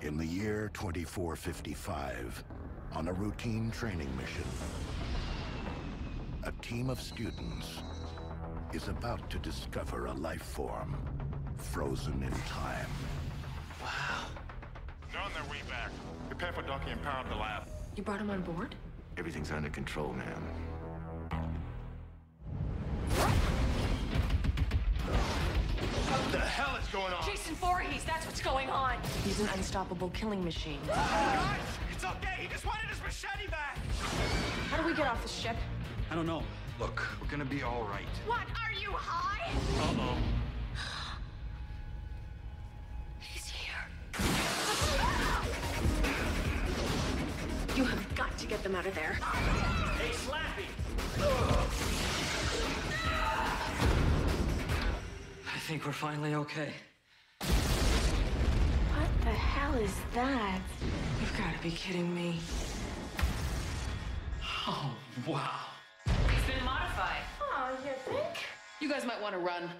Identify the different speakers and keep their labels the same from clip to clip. Speaker 1: In the year 2455, on a routine training mission, a team of students is about to discover a life form frozen in time.
Speaker 2: They're on their way back. Prepare for docking and power up the lab.
Speaker 3: You brought him on board?
Speaker 4: Everything's under control, ma'am.
Speaker 2: What the hell is going on?
Speaker 3: Jason Voorhees, that's what's going on! He's an unstoppable killing machine.
Speaker 2: Guys, it's okay. He just wanted his machete back.
Speaker 3: How do we get off this ship?
Speaker 5: I don't know.
Speaker 4: Look, we're gonna be all right.
Speaker 3: What, are you high?
Speaker 2: Uh-oh.
Speaker 3: He's here. You have got to get them out of there.
Speaker 2: Hey, Slappy.
Speaker 6: I think we're finally okay.
Speaker 7: What the hell is that?
Speaker 6: You've got to be kidding me.
Speaker 3: He's been modified.
Speaker 7: Oh, you think?
Speaker 3: You guys might want to run.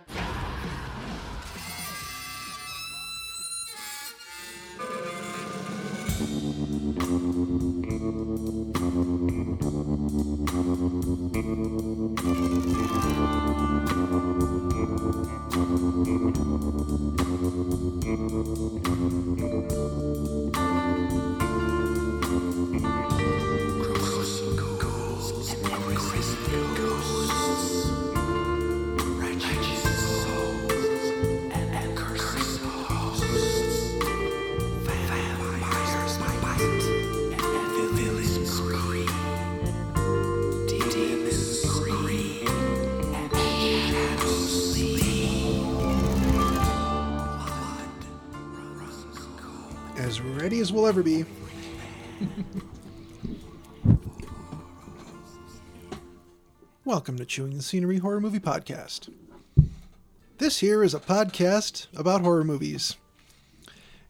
Speaker 8: As ready as we'll ever be. Welcome to Chewing the Scenery Horror Movie Podcast. This here is a podcast about horror movies.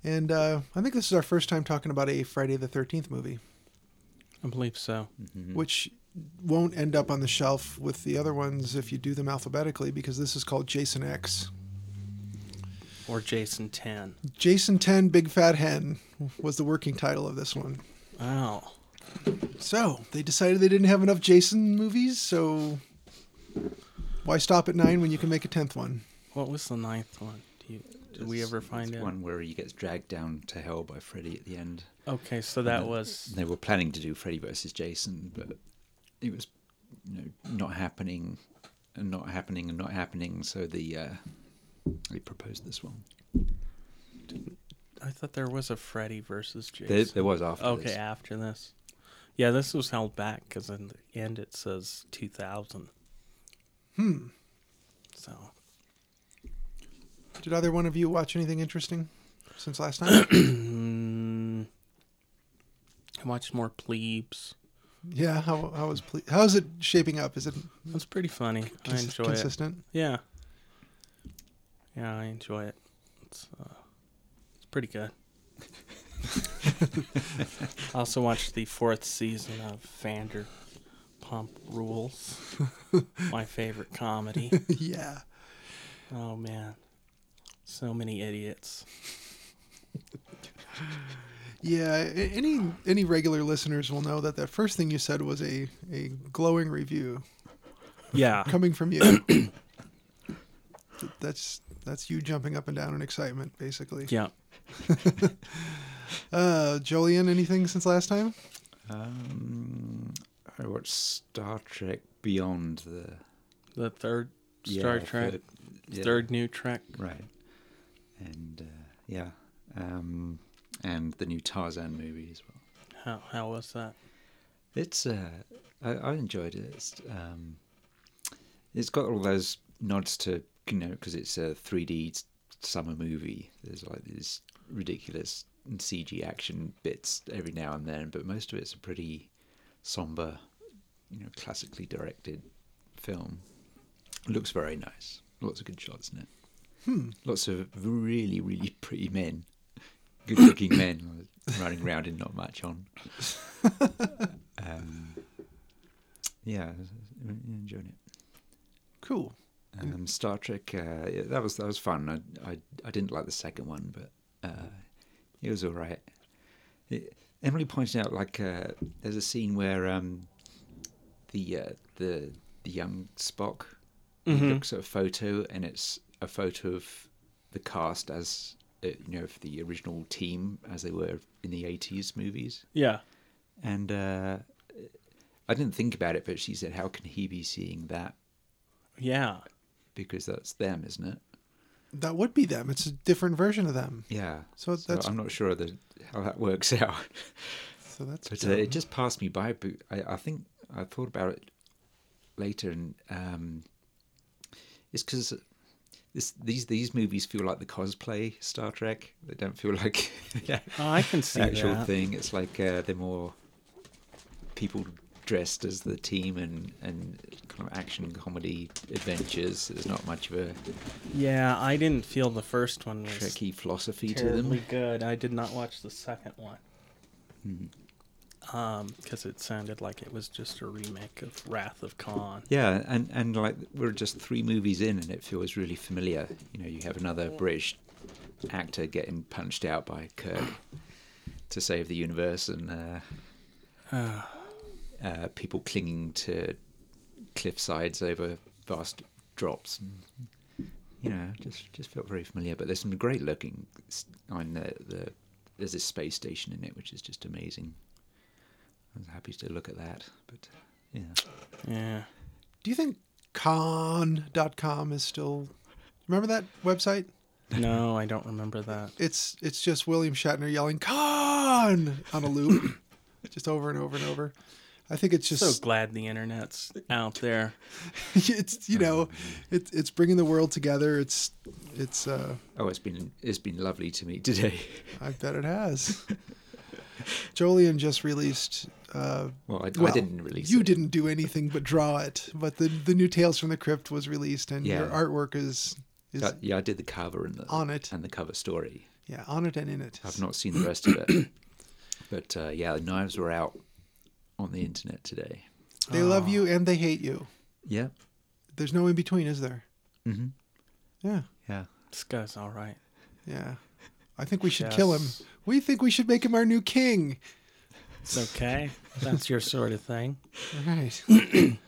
Speaker 8: And uh, I think this is our first time talking about a Friday the 13th movie,
Speaker 5: I believe so.
Speaker 8: which won't end up on the shelf with the other ones if you do them alphabetically, because this is called Jason X.
Speaker 5: Or Jason 10.
Speaker 8: Jason 10 Big Fat Hen was the working title of this one.
Speaker 5: Wow.
Speaker 8: So they decided they didn't have enough Jason movies, so why stop at nine when you can make a tenth one?
Speaker 5: What was the ninth one? Do you, did we
Speaker 9: It's-
Speaker 5: ever
Speaker 9: it's
Speaker 5: find out?
Speaker 9: One where he gets dragged down to hell by Freddy at the end.
Speaker 5: Okay, so that
Speaker 9: And
Speaker 5: was.
Speaker 9: They were planning to do Freddy versus Jason, but it was you know, not happening, and not happening, and not happening. So the uh, they proposed this one.
Speaker 5: I thought there was a Freddy versus
Speaker 9: There,
Speaker 5: Jason.
Speaker 9: there was after.
Speaker 5: okay,
Speaker 9: this.
Speaker 5: after this. Yeah, this was held back because in the end it says 2000. Hmm. So.
Speaker 8: Did either one of you watch anything interesting since last time?
Speaker 5: Mm, I watched more plebes.
Speaker 8: yeah, how how is ple- how is it shaping up? Is it
Speaker 5: That's pretty funny. I
Speaker 8: consi-
Speaker 5: enjoy it.
Speaker 8: consistent?
Speaker 5: Yeah. Yeah, I enjoy it. It's, uh, it's pretty good. I also watched the fourth season of Vanderpump Rules, my favorite comedy.
Speaker 8: yeah,
Speaker 5: Oh man, so many idiots.
Speaker 8: yeah. a- Any any regular listeners will know that that first thing you said was a a glowing review
Speaker 5: Yeah,
Speaker 8: coming from you. that's that's you jumping up and down in excitement, basically.
Speaker 5: yeah.
Speaker 8: Uh, Jolien, anything since last time?
Speaker 9: Um, I watched Star Trek Beyond the
Speaker 5: The third Star
Speaker 9: yeah,
Speaker 5: Trek,
Speaker 9: third- yeah,
Speaker 5: third new Trek.
Speaker 9: right, and uh, yeah, um, and the new Tarzan movie as well.
Speaker 5: How how was that?
Speaker 9: It's uh, I, I enjoyed it. It's, um, it's got all those nods to you know because it's a 3D s- summer movie. There's like these ridiculous CG action bits every now and then, but most of it's a pretty somber, you know, classically directed film. looks very nice. Lots of good shots in it. Hmm. Lots of really really pretty men, good-looking men running around in not much on. Um, yeah, I enjoyed it.
Speaker 8: Cool.
Speaker 9: Um, Star Trek. Uh, yeah, that was that was fun. I, I I didn't like the second one, but uh, It was all right. It, Emily pointed out like uh, there's a scene where um, the uh, the the young Spock he looks at a photo and it's a photo of the cast as uh, you know of the original team as they were in the 80s movies
Speaker 5: Yeah.
Speaker 9: and uh, I didn't think about it but she said how can he be seeing that
Speaker 5: Yeah.
Speaker 9: because that's them isn't it
Speaker 8: That would be them. It's a different version of them.
Speaker 9: yeah
Speaker 8: So that's-
Speaker 9: I'm not sure the, how that works out
Speaker 8: So that's
Speaker 9: But uh, it just passed me by. But I, I think I thought about it later, and um, it's because this these these movies feel like the cosplay Star Trek. They don't feel like the
Speaker 5: Oh, I can see
Speaker 9: actual
Speaker 5: that.
Speaker 9: thing. It's like uh, they're more people dressed as the team and and kind of action comedy adventures. There's not much of a
Speaker 5: Yeah, I didn't feel the first one was
Speaker 9: Trekkie philosophy to
Speaker 5: terribly
Speaker 9: them.
Speaker 5: good. I did not watch the second one. Mm-hmm. Um, 'cause because it sounded like it was just a remake of Wrath of Khan.
Speaker 9: Yeah, and, and like we're just three movies in, and it feels really familiar. You know, you have another British actor getting punched out by Kirk to save the universe, and uh, uh, people clinging to cliff sides over vast drops. And, you know, just just felt very familiar. But there's some great looking s- on the, the there's this space station in it, which is just amazing. I was happy to look at that, but yeah.
Speaker 5: Yeah.
Speaker 8: Do you think con.com is still Remember that website?
Speaker 5: No, I don't remember that.
Speaker 8: It's it's just William Shatner yelling con on a loop just over and over and over. I think it's just
Speaker 5: So glad the internet's out there.
Speaker 8: it's you know, it's it's bringing the world together. It's it's uh
Speaker 9: Oh, it's been it's been lovely to meet today.
Speaker 8: I bet it has. Jolien just released. Uh,
Speaker 9: Well, I, I didn't release
Speaker 8: You
Speaker 9: it.
Speaker 8: didn't do anything but draw it. But the the new Tales from the Crypt was released, and your
Speaker 9: Yeah.
Speaker 8: artwork is is
Speaker 9: Uh, yeah, I did the cover and the
Speaker 8: On it.
Speaker 9: and the cover story.
Speaker 8: yeah on it and in it.
Speaker 9: I've not seen the rest of it, but uh, yeah, the knives were out on the internet today.
Speaker 8: They love
Speaker 9: Ah.
Speaker 8: you and they hate you.
Speaker 9: Yeah,
Speaker 8: There's no in between, is there? Mm-hmm. Yeah,
Speaker 9: yeah.
Speaker 5: This guy's all right.
Speaker 8: yeah. I think we should kill him.
Speaker 5: Yes.
Speaker 8: We think we should make him our new king.
Speaker 5: It's okay. That's your sort of thing.
Speaker 8: All right.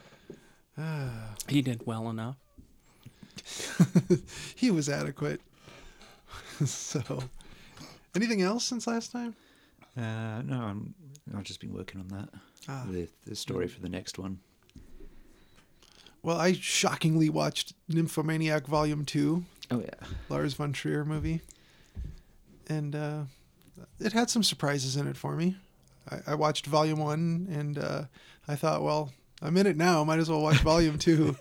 Speaker 5: He did well enough.
Speaker 8: he was adequate. so, anything else since last time?
Speaker 9: Uh, no, I'm I've just been working on that. The the story for the next one.
Speaker 8: Well, I shockingly watched Nymphomaniac Volume 2,
Speaker 9: Oh yeah,
Speaker 8: Lars von Trier movie. And uh, it had some surprises in it for me. I, I watched Volume 1 and uh, I thought, well, I'm in it now. Might as well watch Volume 2.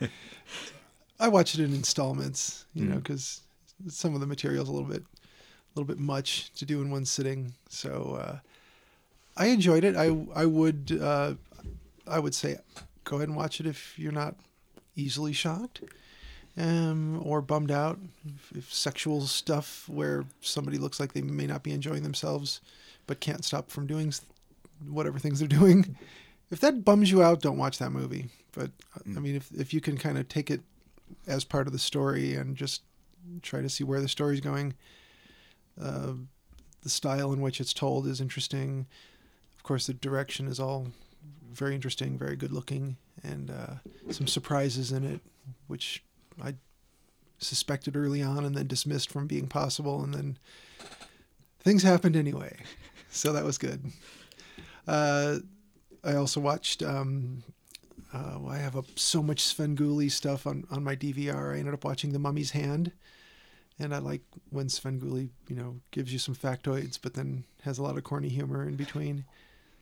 Speaker 8: I watched it in installments, you know, 'cause know, because some of the material's a little bit a little bit much to do in one sitting. So uh, I enjoyed it. I I would uh, I would say go ahead and watch it if you're not easily shocked um, or bummed out. If, if sexual stuff where somebody looks like they may not be enjoying themselves but can't stop from doing s- whatever things they're doing, if that bums you out, don't watch that movie. But uh, I mean, if if you can kind of take it as part of the story and just try to see where the story's going uh, the style in which it's told is interesting. Of course, the direction is all very interesting, very good looking, and uh, some surprises in it, which I suspected early on and then dismissed from being possible, and then things happened anyway. So that was good. Uh, I also watched. Um, uh, I have a, so much Svengoolie stuff on, on my DVR. I ended up watching The Mummy's Hand and I like when Svengoolie, you know, gives you some factoids, but then has a lot of corny humor in between.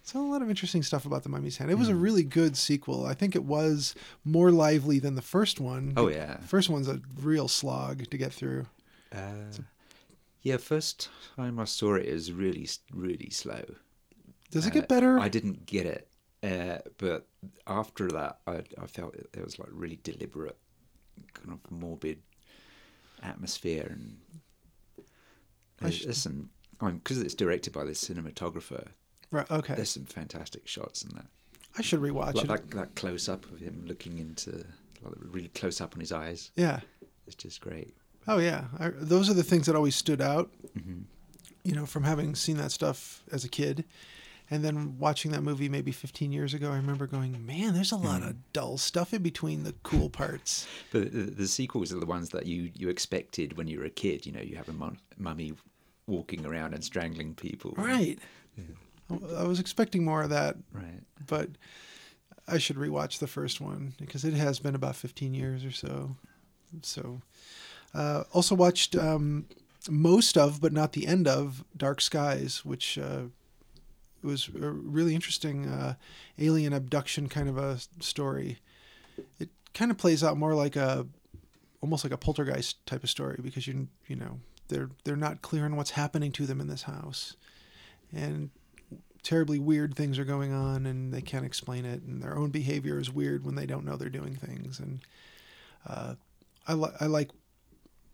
Speaker 8: So a lot of interesting stuff about the Mummy's Hand. It was a
Speaker 9: Hmm.
Speaker 8: really good sequel. I think it was more lively than the first one.
Speaker 9: Oh, yeah.
Speaker 8: first one's a real slog to get through.
Speaker 9: yeah. First time I saw it, it was really really slow.
Speaker 8: Does it
Speaker 9: Uh,
Speaker 8: get better?
Speaker 9: I didn't get it, uh, but after that, I, I felt it, there was like really deliberate, kind of morbid atmosphere, and there's, there's some. I mean, because it's directed by this cinematographer,
Speaker 8: right, okay,
Speaker 9: there's some fantastic shots in that.
Speaker 8: I should rewatch
Speaker 9: Like
Speaker 8: it.
Speaker 9: that, that close up of him looking into, like really close up on his eyes.
Speaker 8: yeah.
Speaker 9: It's just great.
Speaker 8: Oh yeah, I, those are the things that always stood out. you know, from having seen that stuff as a kid and then watching that movie maybe 15 years ago, I remember going, man, there's a lot of dull stuff in between the cool parts.
Speaker 9: But the, the sequels are the ones that you, you expected when you were a kid. You know, you have a mum, mummy walking around and strangling people.
Speaker 8: Right. I, I was expecting more of that,
Speaker 9: Right.
Speaker 8: but I should rewatch the first one because it has been about 15 years or so. So, uh, also watched um, most of, but not the end of, Dark Skies, which uh, was a really interesting uh, alien abduction kind of a s- story. It kind of plays out more like a almost like a poltergeist type of story because you you know they're they're not clear on what's happening to them in this house, and terribly weird things are going on and they can't explain it and their own behavior is weird when they don't know they're doing things and uh, I, li- I like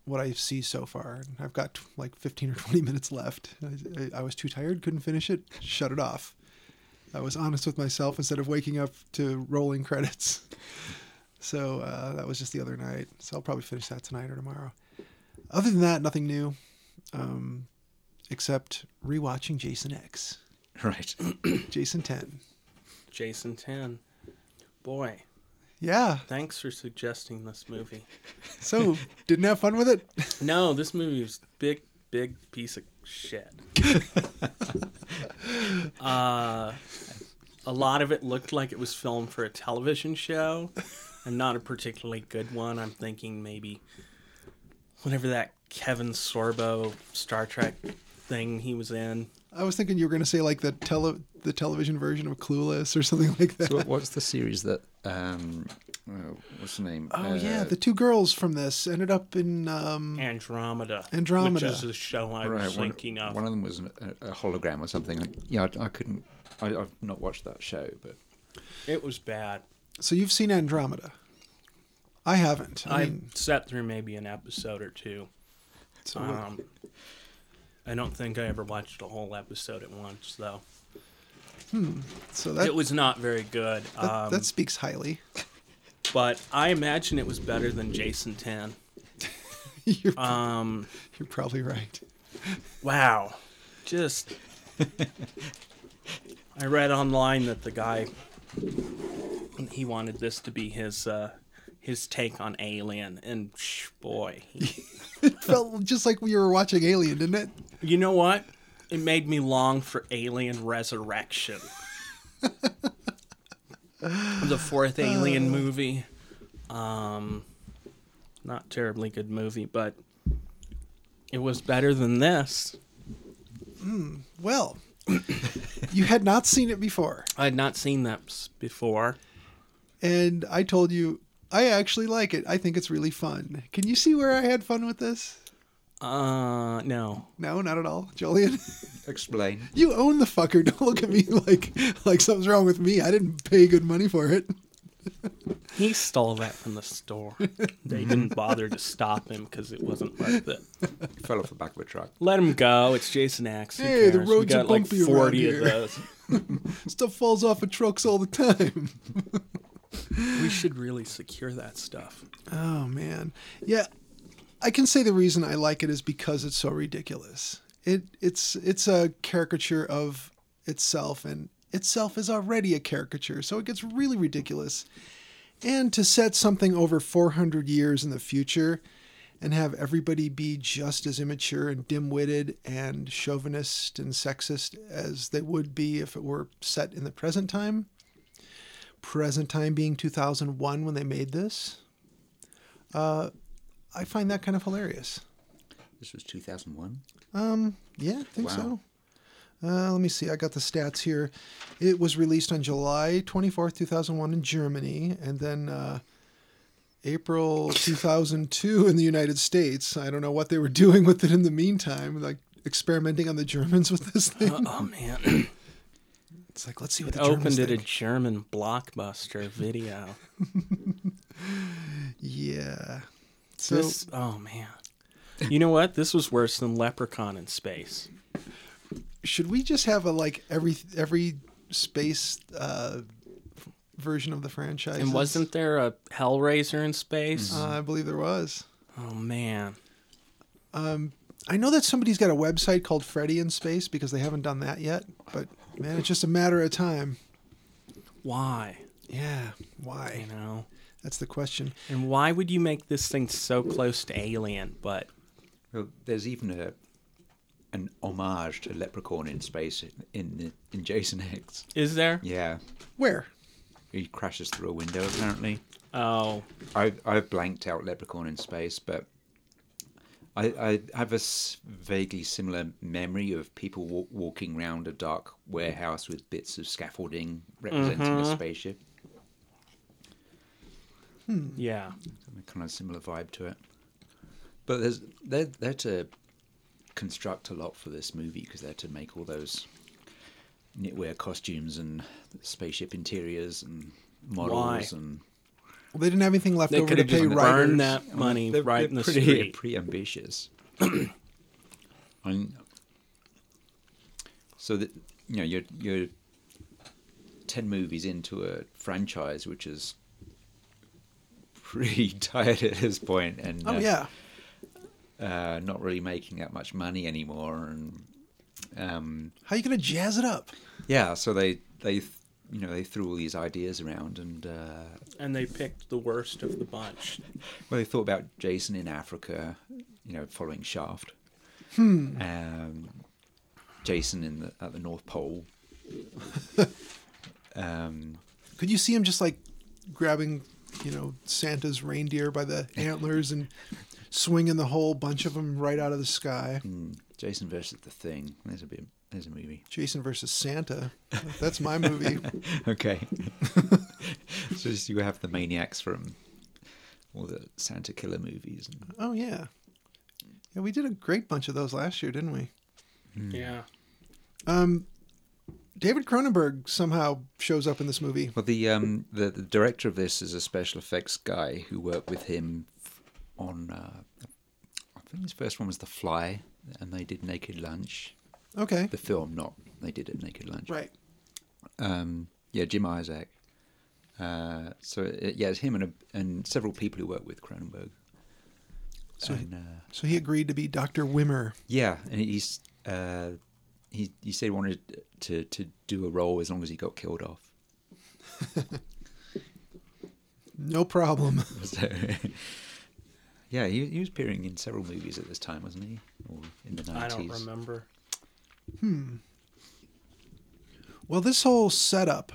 Speaker 8: what I see so far and I've got like 15 or 20 minutes left I, I, I was too tired couldn't finish it shut it off I was honest with myself instead of waking up to rolling credits so uh, that was just the other night so I'll probably finish that tonight or tomorrow other than that nothing new um, except rewatching Jason X
Speaker 9: Right.
Speaker 8: Jason 10.
Speaker 5: Jason 10. Boy,
Speaker 8: Yeah.
Speaker 5: thanks for suggesting this movie.
Speaker 8: So, didn't have fun with it?
Speaker 5: No, this movie was big, big piece of shit. uh, a lot of it looked like it was filmed for a television show, and not a particularly good one. I'm thinking maybe whatever that Kevin Sorbo Star Trek thing he was in.
Speaker 8: I was thinking you were going to say like the tele the television version of Clueless or something like that.
Speaker 9: so what, what's the series that? Um, oh, what's the name?
Speaker 8: oh yeah, the two girls from this ended up in um
Speaker 5: Andromeda.
Speaker 8: Andromeda.
Speaker 5: Which is the show I was
Speaker 9: one,
Speaker 5: thinking of.
Speaker 9: one of them was an, a, a hologram or something. Yeah, I, I couldn't. I, I've not watched that show, but
Speaker 5: It was bad.
Speaker 8: so you've seen Andromeda. I haven't. I,
Speaker 5: I
Speaker 8: mean,
Speaker 5: sat through maybe an episode or two.
Speaker 8: so what-
Speaker 5: Um, I don't think I ever watched a whole episode at once, though.
Speaker 8: so that
Speaker 5: it was not very good,
Speaker 8: that,
Speaker 5: um,
Speaker 8: that speaks highly.
Speaker 5: but I imagine it was better than Jason 10.
Speaker 8: you're,
Speaker 5: Um,
Speaker 8: you're probably right.
Speaker 5: wow. Just. I read online that the guy he wanted this to be his uh, his take on Alien, and psh, boy, he
Speaker 8: It felt just like we were watching Alien, didn't it?
Speaker 5: You know what? It made me long for Alien Resurrection. the fourth Alien
Speaker 8: Uh.
Speaker 5: movie. Um not terribly good movie, but it was better than this.
Speaker 8: Well, you had not seen it before.
Speaker 5: I had not seen that s- before.
Speaker 8: and I told you I actually like it. I think it's really fun. Can you see where I had fun with this?
Speaker 5: Uh no.
Speaker 8: No, not at all, Julian.
Speaker 9: explain.
Speaker 8: you own the fucker. Don't look at me like like something's wrong with me. I didn't pay good money for it.
Speaker 5: He stole that from the store. They didn't bother to stop him because it wasn't worth it.
Speaker 9: It fell off the back of a truck.
Speaker 5: Let him go. It's Jason Axe. Who
Speaker 8: Hey, the
Speaker 5: cares? we
Speaker 8: roads are
Speaker 5: got like
Speaker 8: bumpy around
Speaker 5: 40 of
Speaker 8: here.
Speaker 5: those.
Speaker 8: Stuff falls off of trucks all the time.
Speaker 5: We should really secure that stuff.
Speaker 8: Oh man, yeah. I can say the reason I like it is because it's so ridiculous. It it's it's a caricature of itself, and itself is already a caricature, so it gets really ridiculous. And to set something over 400 years in the future, and have everybody be just as immature and dim-witted and chauvinist and sexist as they would be if it were set in the present time. Present time being 2001 when they made this. I find that kind of hilarious.
Speaker 9: This was 2001.
Speaker 8: Yeah, I think
Speaker 9: Wow.
Speaker 8: so. Uh, let me see. I got the stats here. It was released on July 24th, 2001 in Germany, and then uh, April 2002 in the United States. I don't know what they were doing with it in the meantime, like experimenting on the Germans with this thing.
Speaker 5: Oh man,
Speaker 8: It's like, let's see what the Germans
Speaker 5: opened at a
Speaker 8: think.
Speaker 5: German blockbuster video.
Speaker 8: Yeah. So
Speaker 5: This, oh man, you know what? This was worse than Leprechaun in space.
Speaker 8: should we just have a like every every space uh, f- version of the franchise?
Speaker 5: And wasn't there a Hellraiser in space?
Speaker 8: Uh, I believe there was.
Speaker 5: oh man,
Speaker 8: I know that somebody's got a website called Freddy in Space because they haven't done that yet, but man, it's just a matter of time.
Speaker 5: Why?
Speaker 8: Yeah, why?
Speaker 5: You know?
Speaker 8: That's the question.
Speaker 5: And why would you make this thing so close to Alien? But
Speaker 9: Well, there's even a an homage to Leprechaun in space in in Jason X.
Speaker 5: is there?
Speaker 9: Yeah,
Speaker 8: Where?
Speaker 9: he crashes through a window apparently.
Speaker 5: Oh,
Speaker 9: I I blanked out Leprechaun in space, but I I have a s- vaguely similar memory of people wa- walking round a dark warehouse with bits of scaffolding representing a spaceship.
Speaker 5: yeah.
Speaker 9: a kind of similar vibe to it. But there's they're they're to construct a lot for this movie because they're to make all those knitwear costumes and spaceship interiors and models and
Speaker 8: Well, they didn't have anything left
Speaker 5: They
Speaker 8: over
Speaker 5: could
Speaker 8: to
Speaker 5: have
Speaker 8: pay
Speaker 5: just
Speaker 8: writers.
Speaker 5: burned that money
Speaker 9: They're-
Speaker 5: right
Speaker 9: they're
Speaker 5: in the
Speaker 9: pretty,
Speaker 5: street.
Speaker 9: Pretty ambitious. and so that you know you're you're ten movies into a franchise which is pretty tired at this point, and
Speaker 8: Oh
Speaker 9: uh,
Speaker 8: yeah,
Speaker 9: uh, not really making that much money anymore, and um,
Speaker 8: how you gonna jazz it up?
Speaker 9: yeah, so they they you know they threw all these ideas around, and uh,
Speaker 5: And they picked the worst of the bunch.
Speaker 9: well, they thought about Jason in Africa, you know, following Shaft, um, Jason in the at the North Pole, um,
Speaker 8: Could you see him just like grabbing, you know, Santa's reindeer by the antlers and swinging the whole bunch of them right out of the sky?
Speaker 5: Mm.
Speaker 9: Jason versus the Thing. There's a bit. There's a movie.
Speaker 8: Jason versus Santa. That's my movie.
Speaker 9: Okay. so just you have the maniacs from all the Santa Killer movies. And,
Speaker 8: Oh yeah, yeah. We did a great bunch of those last year, didn't we?
Speaker 5: Yeah.
Speaker 8: David Cronenberg somehow shows up in this movie.
Speaker 9: Well, the um the, the director of this is a special effects guy who worked with him f- on uh, I think his first one was The Fly, and they did Naked Lunch,
Speaker 8: Okay,
Speaker 9: the film, not they did it Naked Lunch.
Speaker 8: right.
Speaker 9: Um, yeah, Jim Isaac. Uh, so it, yeah, it's him and a, and several people who work with Cronenberg.
Speaker 8: So he-
Speaker 9: and, uh,
Speaker 8: So he agreed to be Doctor Wimmer.
Speaker 9: yeah, and he's uh, he he said he wanted to to do a role as long as he got killed off.
Speaker 8: No problem.
Speaker 9: So, yeah, he, he was appearing in several movies at this time, wasn't he? Or in the 90s.
Speaker 5: I don't remember.
Speaker 8: Well, this whole setup,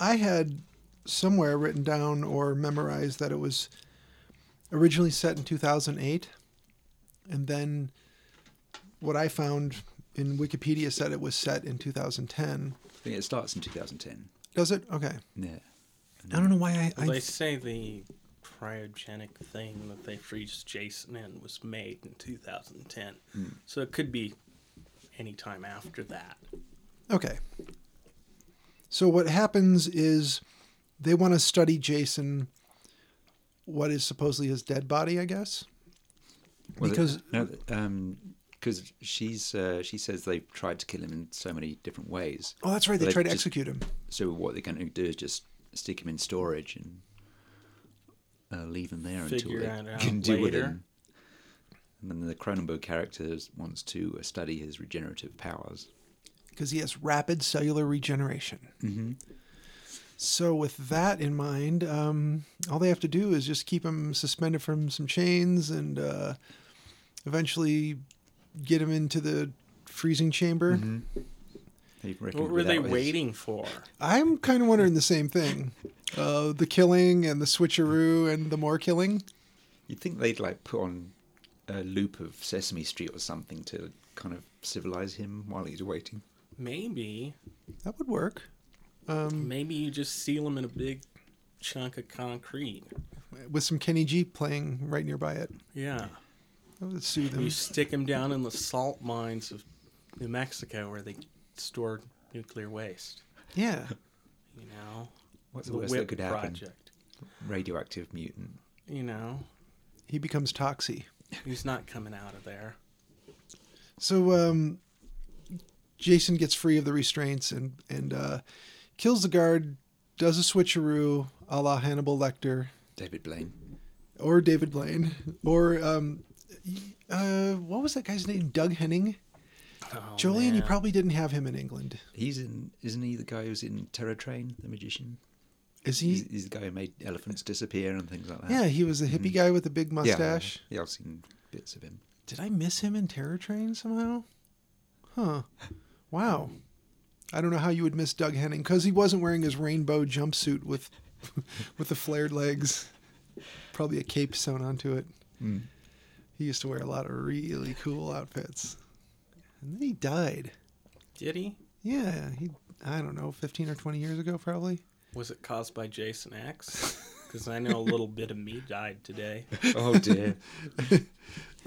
Speaker 8: I had somewhere written down or memorized that it was originally set in 2008. And then what I found in Wikipedia said it was set in 2010.
Speaker 9: I think it starts in 2010.
Speaker 8: Does it? Okay.
Speaker 9: Yeah.
Speaker 8: I don't know why I.
Speaker 5: Well,
Speaker 8: I
Speaker 5: they say the cryogenic thing that they freeze Jason in was made in 2010.
Speaker 9: Hmm.
Speaker 5: So it could be any time after that.
Speaker 8: okay. So what happens is they want to study Jason, what is supposedly his dead body, I guess.
Speaker 9: Well,
Speaker 8: Because-
Speaker 9: no, um, because she's uh, she says they've tried to kill him in so many different ways.
Speaker 8: Oh, that's right. They
Speaker 9: They've
Speaker 8: try to
Speaker 9: just-
Speaker 8: execute him.
Speaker 9: So what they're going to do is just stick him in storage and uh, leave him there
Speaker 5: Figure
Speaker 9: until
Speaker 5: that
Speaker 9: they
Speaker 5: out
Speaker 9: can do with
Speaker 5: later.
Speaker 9: him. And then the Cronenberg character wants to uh, study his regenerative powers.
Speaker 8: because he has rapid cellular regeneration. So, with that in mind, um, all they have to do is just keep him suspended from some chains and uh, eventually get him into the freezing chamber.
Speaker 9: They reckon
Speaker 5: What were
Speaker 9: that
Speaker 5: they
Speaker 9: was-
Speaker 5: waiting for?
Speaker 8: I'm kind of wondering the same thing uh, the killing and the switcheroo and the more killing.
Speaker 9: You'd think they'd like put on a loop of Sesame Street or something to kind of civilize him while he's waiting.
Speaker 5: Maybe.
Speaker 8: That would work.
Speaker 5: Maybe you just seal him in a big chunk of concrete.
Speaker 8: With some Kenny G playing right nearby it.
Speaker 5: Yeah.
Speaker 8: That would soothe him.
Speaker 5: You stick him down in the salt mines of New Mexico where they store nuclear waste.
Speaker 8: Yeah.
Speaker 5: You know?
Speaker 9: What's the, worst that
Speaker 5: WIP
Speaker 9: could happen? Radioactive mutant.
Speaker 5: You know?
Speaker 8: He becomes toxic.
Speaker 5: He's not coming out of there.
Speaker 8: So um, Jason gets free of the restraints and and uh, kills the guard, does a switcheroo, a la Hannibal Lecter
Speaker 9: David Blaine.
Speaker 8: or David Blaine, or um, uh, what was that guy's name? Doug Henning. Jolene, you
Speaker 5: man.
Speaker 8: probably didn't have him in England.
Speaker 9: He's in, isn't he the guy who's in Terror Train, the magician?
Speaker 8: Is
Speaker 9: He's,
Speaker 8: he?
Speaker 9: he's the guy who made elephants disappear and things like that.
Speaker 8: Yeah, he was the hippie guy with the big
Speaker 9: Yeah,
Speaker 8: mustache.
Speaker 9: Yeah, I've seen bits of him.
Speaker 8: Did I miss him in Terror Train somehow? Huh. Wow. I don't know how you would miss Doug Henning because he wasn't wearing his rainbow jumpsuit with with the flared legs. Probably a cape sewn onto it. He used to wear a lot of really cool outfits. And then he died.
Speaker 5: Did he?
Speaker 8: Yeah, he I don't know, 15 or 20 years ago probably.
Speaker 5: Was it caused by Jason X? Because I know a little bit of me died today.
Speaker 9: Oh dear.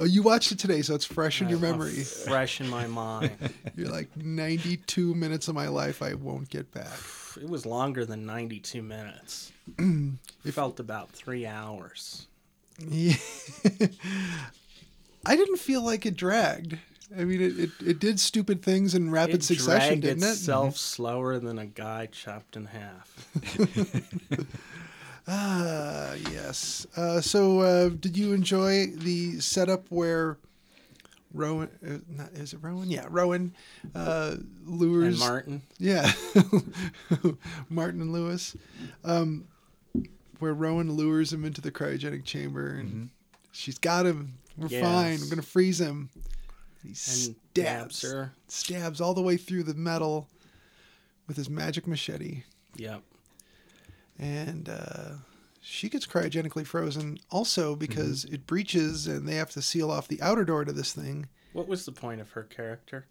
Speaker 8: Oh, you watched it today, so it's fresh in your
Speaker 5: Uh,
Speaker 8: memory.
Speaker 5: Fresh in my mind.
Speaker 8: You're like 92 minutes of my life I won't get back.
Speaker 5: It was longer than 92 minutes. it felt about three hours.
Speaker 8: Yeah. I didn't feel like it dragged. I mean, it, it, it did stupid things in rapid
Speaker 5: it
Speaker 8: succession,
Speaker 5: dragged
Speaker 8: didn't Mm-hmm.
Speaker 5: itself slower than a guy chopped in half.
Speaker 8: it? Ah, yes. Uh, so, uh, did you enjoy the setup where Rowan, uh, not, is it Rowan? Yeah, Rowan uh,
Speaker 5: and
Speaker 8: lures.
Speaker 5: Martin,
Speaker 8: Yeah. Martin and Lewis. Um, where Rowan lures him into the cryogenic chamber and she's got him. We're fine.
Speaker 5: Mm-hmm. Yes.
Speaker 8: We're going to freeze him. He
Speaker 5: and
Speaker 8: stabs,
Speaker 5: Dabster.
Speaker 8: stabs all the way through the metal with his magic machete.
Speaker 5: Yep.
Speaker 8: And uh, she gets cryogenically frozen also because
Speaker 5: Mm-hmm.
Speaker 8: it breaches and they have to seal off the outer door to this thing.
Speaker 5: What was the point of her character?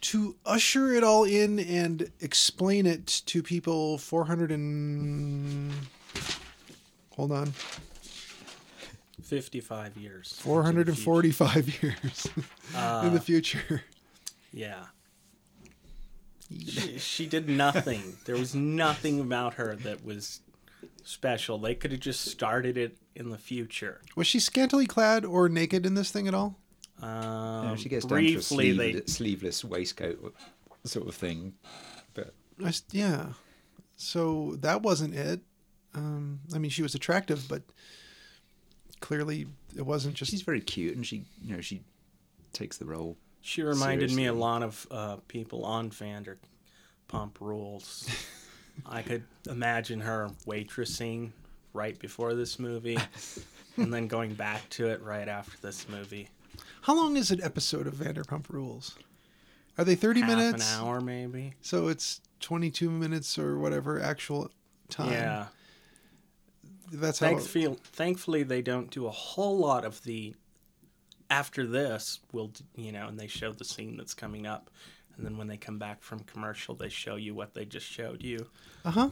Speaker 8: to usher it all in and explain it to people 400 and hold on
Speaker 5: 55 years. into the
Speaker 8: 445 years in
Speaker 5: Uh.
Speaker 8: the future
Speaker 5: future. Yeah. She, she did nothing. there was nothing about her that was special. They could have just started it in the future.
Speaker 8: was she scantily clad or naked in this thing at all
Speaker 5: Um,
Speaker 9: No, she gets
Speaker 5: briefly,
Speaker 9: down to a
Speaker 5: they
Speaker 9: sleeveless, sleeveless waistcoat sort of thing. But
Speaker 8: I s- yeah so that wasn't it um, i mean she was attractive but clearly it wasn't just
Speaker 9: she's very cute, and she, you know, she takes the role.
Speaker 5: She reminded me a
Speaker 9: Seriously.
Speaker 5: lot of uh, people on Vanderpump Rules. I could imagine her waitressing right before this movie, and then going back to it right after this movie.
Speaker 8: how long is an episode of vanderpump rules are they 30
Speaker 5: Half
Speaker 8: minutes
Speaker 5: an hour, maybe.
Speaker 8: so it's 22 minutes or whatever actual time
Speaker 5: Yeah.
Speaker 8: that's how it-
Speaker 5: Thankfully, thankfully, they don't do a whole lot of the. After this, we'll d- you know, and they show the scene that's coming up, and then when they come back from commercial, they show you what they just showed you.
Speaker 8: Uh-huh.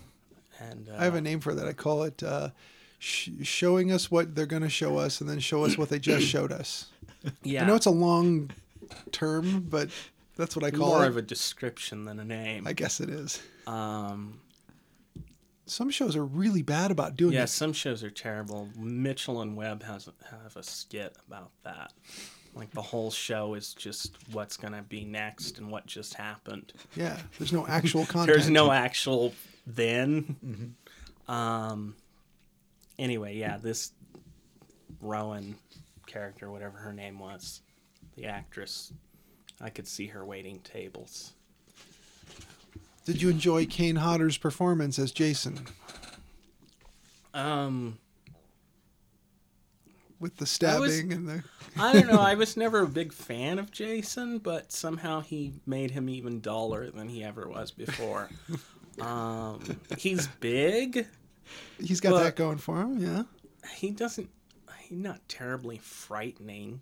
Speaker 5: And uh,
Speaker 8: I have a name for that. I call it uh, sh- showing us what they're going to show us and then show us what they just showed us.
Speaker 5: uh, yeah,
Speaker 8: I know it's a long term, but that's what I call
Speaker 5: more
Speaker 8: it.
Speaker 5: of a description than a name.
Speaker 8: I guess it is.
Speaker 5: Um,
Speaker 8: Some shows are really bad about doing
Speaker 5: yeah,
Speaker 8: this.
Speaker 5: some shows are terrible. Mitchell and Webb has have a skit about that. Like the whole show is just what's gonna be next and what just happened.
Speaker 8: Yeah. There's no actual content.
Speaker 5: There's no actual then. Um. Anyway, yeah, this Rowan character, whatever her name was, the actress, I could see her waiting tables.
Speaker 8: Did you enjoy Kane Hodder's performance as Jason
Speaker 5: Um.
Speaker 8: with the
Speaker 5: That was-
Speaker 8: stabbing and the.
Speaker 5: I don't know. I was never a big fan of Jason, but somehow he made him even duller than he ever was before. Um, he's big.
Speaker 8: He's got
Speaker 5: Well-
Speaker 8: that going for him. Yeah.
Speaker 5: He doesn't. He's not terribly frightening.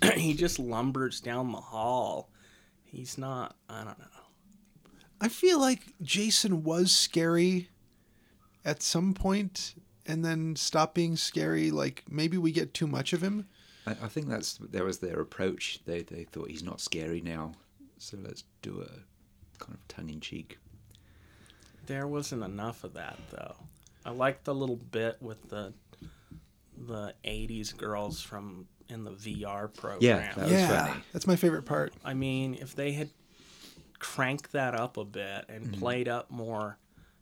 Speaker 5: he just lumbers down the hall. He's not. I don't know.
Speaker 8: I feel like Jason was scary at some point and then stopped being scary. Like maybe we get too much of him.
Speaker 9: I, I think that's that was their approach. They they thought he's not scary now, so let's do a kind of tongue in cheek.
Speaker 5: There wasn't enough of that though. I like the little bit with the the '80s girls from in the VR program.
Speaker 9: That was funny.
Speaker 8: that's my favorite part.
Speaker 5: I mean, if they had cranked that up a bit and played up more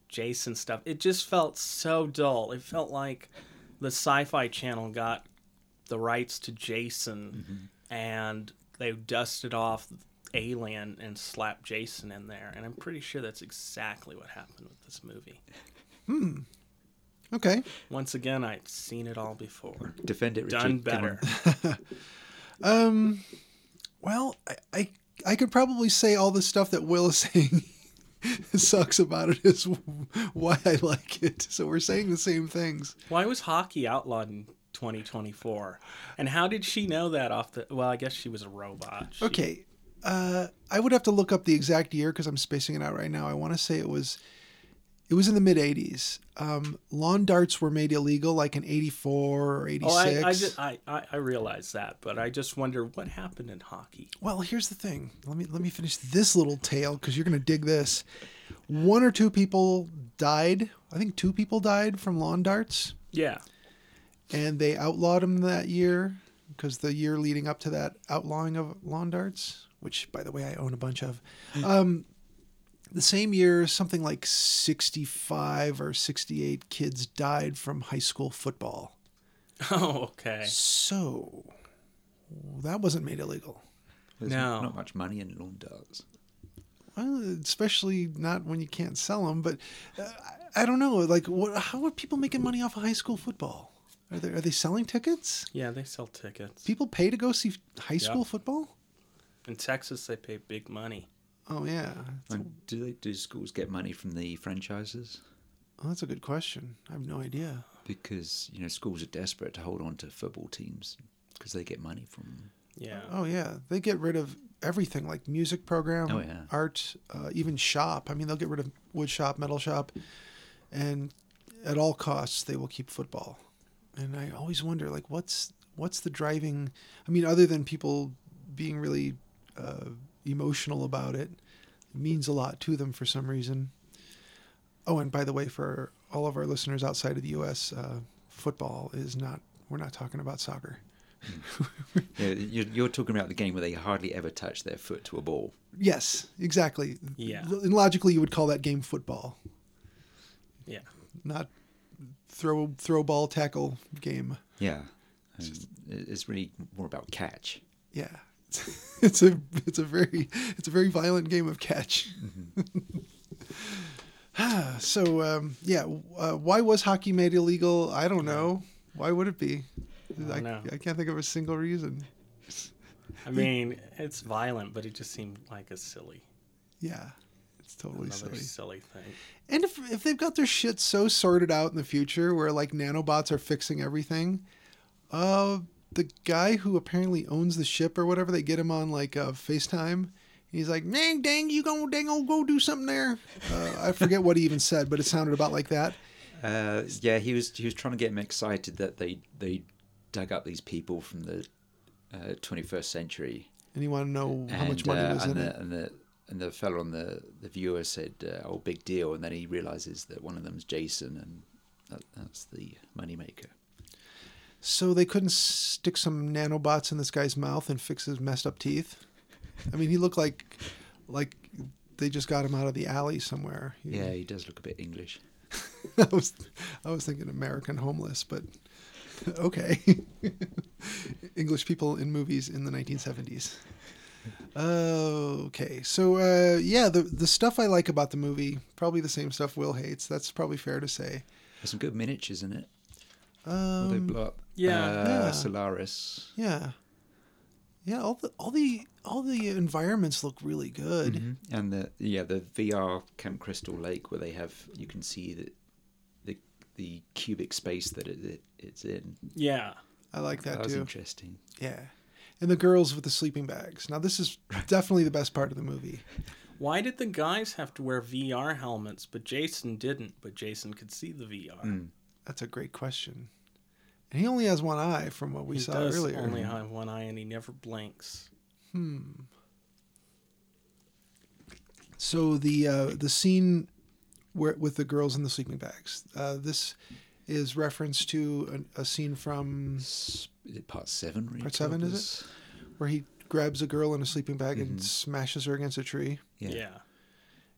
Speaker 5: Jason stuff, it just felt so dull. It felt like the Sci Fi Channel got the rights to Jason, and they dusted off Alien and slapped Jason in there, and I'm pretty sure that's exactly what happened with this movie.
Speaker 8: Okay.
Speaker 5: Once again, I'd seen it all before.
Speaker 9: Defend it,
Speaker 5: Done
Speaker 9: Richard. Come on.
Speaker 5: better.
Speaker 8: Well, I, I I could probably say all the stuff that Will is saying sucks about it is why I like it. So we're saying the same things.
Speaker 5: Why was hockey outlawed in 2024? And how did she know that off the? Well, I guess she was a robot. She-
Speaker 8: Okay. Uh, I would have to look up the exact year because I'm spacing it out right now. I want to say it was, it was in the mid '80s. Um, lawn darts were made illegal, like in '84 or '86.
Speaker 5: Oh, I, I, ju- I, I, I realize that, but I just wonder what happened in hockey.
Speaker 8: Well, here's the thing. Let me let me finish this little tale because you're gonna dig this. One or two people died. I think two people died from lawn darts,
Speaker 5: Yeah.
Speaker 8: and they outlawed them that year because the year leading up to that outlawing of lawn darts, which by the way I own a bunch of. Um, the same year, something like 65 or 68 kids died from high school football.
Speaker 5: Oh, okay.
Speaker 8: So that wasn't made illegal.
Speaker 9: There's
Speaker 5: No.
Speaker 9: not much money in lawn darts.
Speaker 8: Well, especially not when you can't sell them. But uh, I I don't know. Like, what? How are people making money off of high school football? Are they are they selling tickets?
Speaker 5: Yeah, they sell tickets.
Speaker 8: People pay to go see high school football.
Speaker 5: In Texas, they pay big money.
Speaker 8: Oh yeah,
Speaker 9: And do they do schools get money from the franchises?
Speaker 8: well, that's a good question. I have no idea.
Speaker 9: Because you know schools are desperate to hold on to football teams because they get money from. them.
Speaker 5: Yeah.
Speaker 8: Oh yeah, they get rid of everything like music program,
Speaker 9: Oh, yeah.
Speaker 8: art, uh, even shop. I mean, they'll get rid of wood shop, metal shop, and at all costs they will keep football. And I always wonder like what's what's the driving? I mean, other than people being really uh, emotional about it, it means a lot to them for some reason. Oh, and by the way, for all of our listeners outside of the U.S., uh, football is not. We're not talking about soccer.
Speaker 9: Yeah, you're, you're talking about the game where they hardly ever touch their foot to a ball.
Speaker 8: Yes, exactly.
Speaker 5: Yeah.
Speaker 8: L- And logically, you would call that game football,
Speaker 5: Yeah.
Speaker 8: not throw throw ball tackle game.
Speaker 9: Yeah, and it- it's really more about catch.
Speaker 8: Yeah, it's a it's a very it's a very violent game of catch.
Speaker 5: Mm-hmm.
Speaker 8: Ah, so um, yeah, uh, why was hockey made illegal? I don't know. Why would it be? I,
Speaker 5: know.
Speaker 8: I can't think of a single reason.
Speaker 5: I mean, it's violent, but it just seemed like a silly,
Speaker 8: Yeah, it's totally
Speaker 5: another
Speaker 8: silly.
Speaker 5: silly thing.
Speaker 8: And if if they've got their shit so sorted out in the future where like nanobots are fixing everything, uh the guy who apparently owns the ship or whatever, they get him on like uh, FaceTime. He's like, "Dang, dang, you gonna dang old go do something there?" Uh, I forget what he even said, but it sounded about like that.
Speaker 9: Uh, yeah, he was he was trying to get him excited that they they dug up these people from the uh, 21st century.
Speaker 8: And you want to know how much
Speaker 9: And,
Speaker 8: money
Speaker 9: uh,
Speaker 8: was
Speaker 9: and
Speaker 8: in
Speaker 9: the,
Speaker 8: it?
Speaker 9: And the and the fellow on the the viewer said, uh, "Oh, big deal!" And then he realizes that one of them's Jason, and that, that's the moneymaker.
Speaker 8: So they couldn't stick some nanobots in this guy's mouth and fix his messed up teeth. I mean, he looked like like they just got him out of the alley somewhere. He-
Speaker 9: Yeah, he does look a bit English.
Speaker 8: I was, I was thinking American homeless, but okay. English people in movies in the 1970s. Okay, so uh, yeah, the the stuff I like about the movie, probably the same stuff Will hates. That's probably fair to say.
Speaker 9: There's some good miniatures in it. Um, they blow up.
Speaker 5: yeah.
Speaker 9: uh,
Speaker 8: Yeah.
Speaker 9: Solaris.
Speaker 8: Yeah, yeah. All the all the all the environments look really good.
Speaker 9: Mm-hmm. and the yeah the VR Camp Crystal Lake where they have you can see the the, the cubic space that it, it it's in.
Speaker 5: Yeah.
Speaker 8: I like that,
Speaker 9: That was
Speaker 8: too.
Speaker 9: interesting.
Speaker 8: Yeah, and the girls with the sleeping bags. Now this is definitely the best part of the movie.
Speaker 5: Why did the guys have to wear VR helmets, but Jason didn't? But Jason could see the VR.
Speaker 8: That's a great question. And he only has one eye from what we
Speaker 5: He
Speaker 8: saw
Speaker 5: does
Speaker 8: earlier.
Speaker 5: only have one eye, and he never blinks.
Speaker 8: So the uh, the scene where with the girls in the sleeping bags. Uh, this is reference to an, a scene from
Speaker 9: Is it part seven? where he
Speaker 8: Part seven, is
Speaker 9: covers?
Speaker 8: where he grabs a girl in a sleeping bag
Speaker 5: Mm-hmm.
Speaker 8: and smashes her against a tree.
Speaker 9: Yeah.
Speaker 5: Yeah.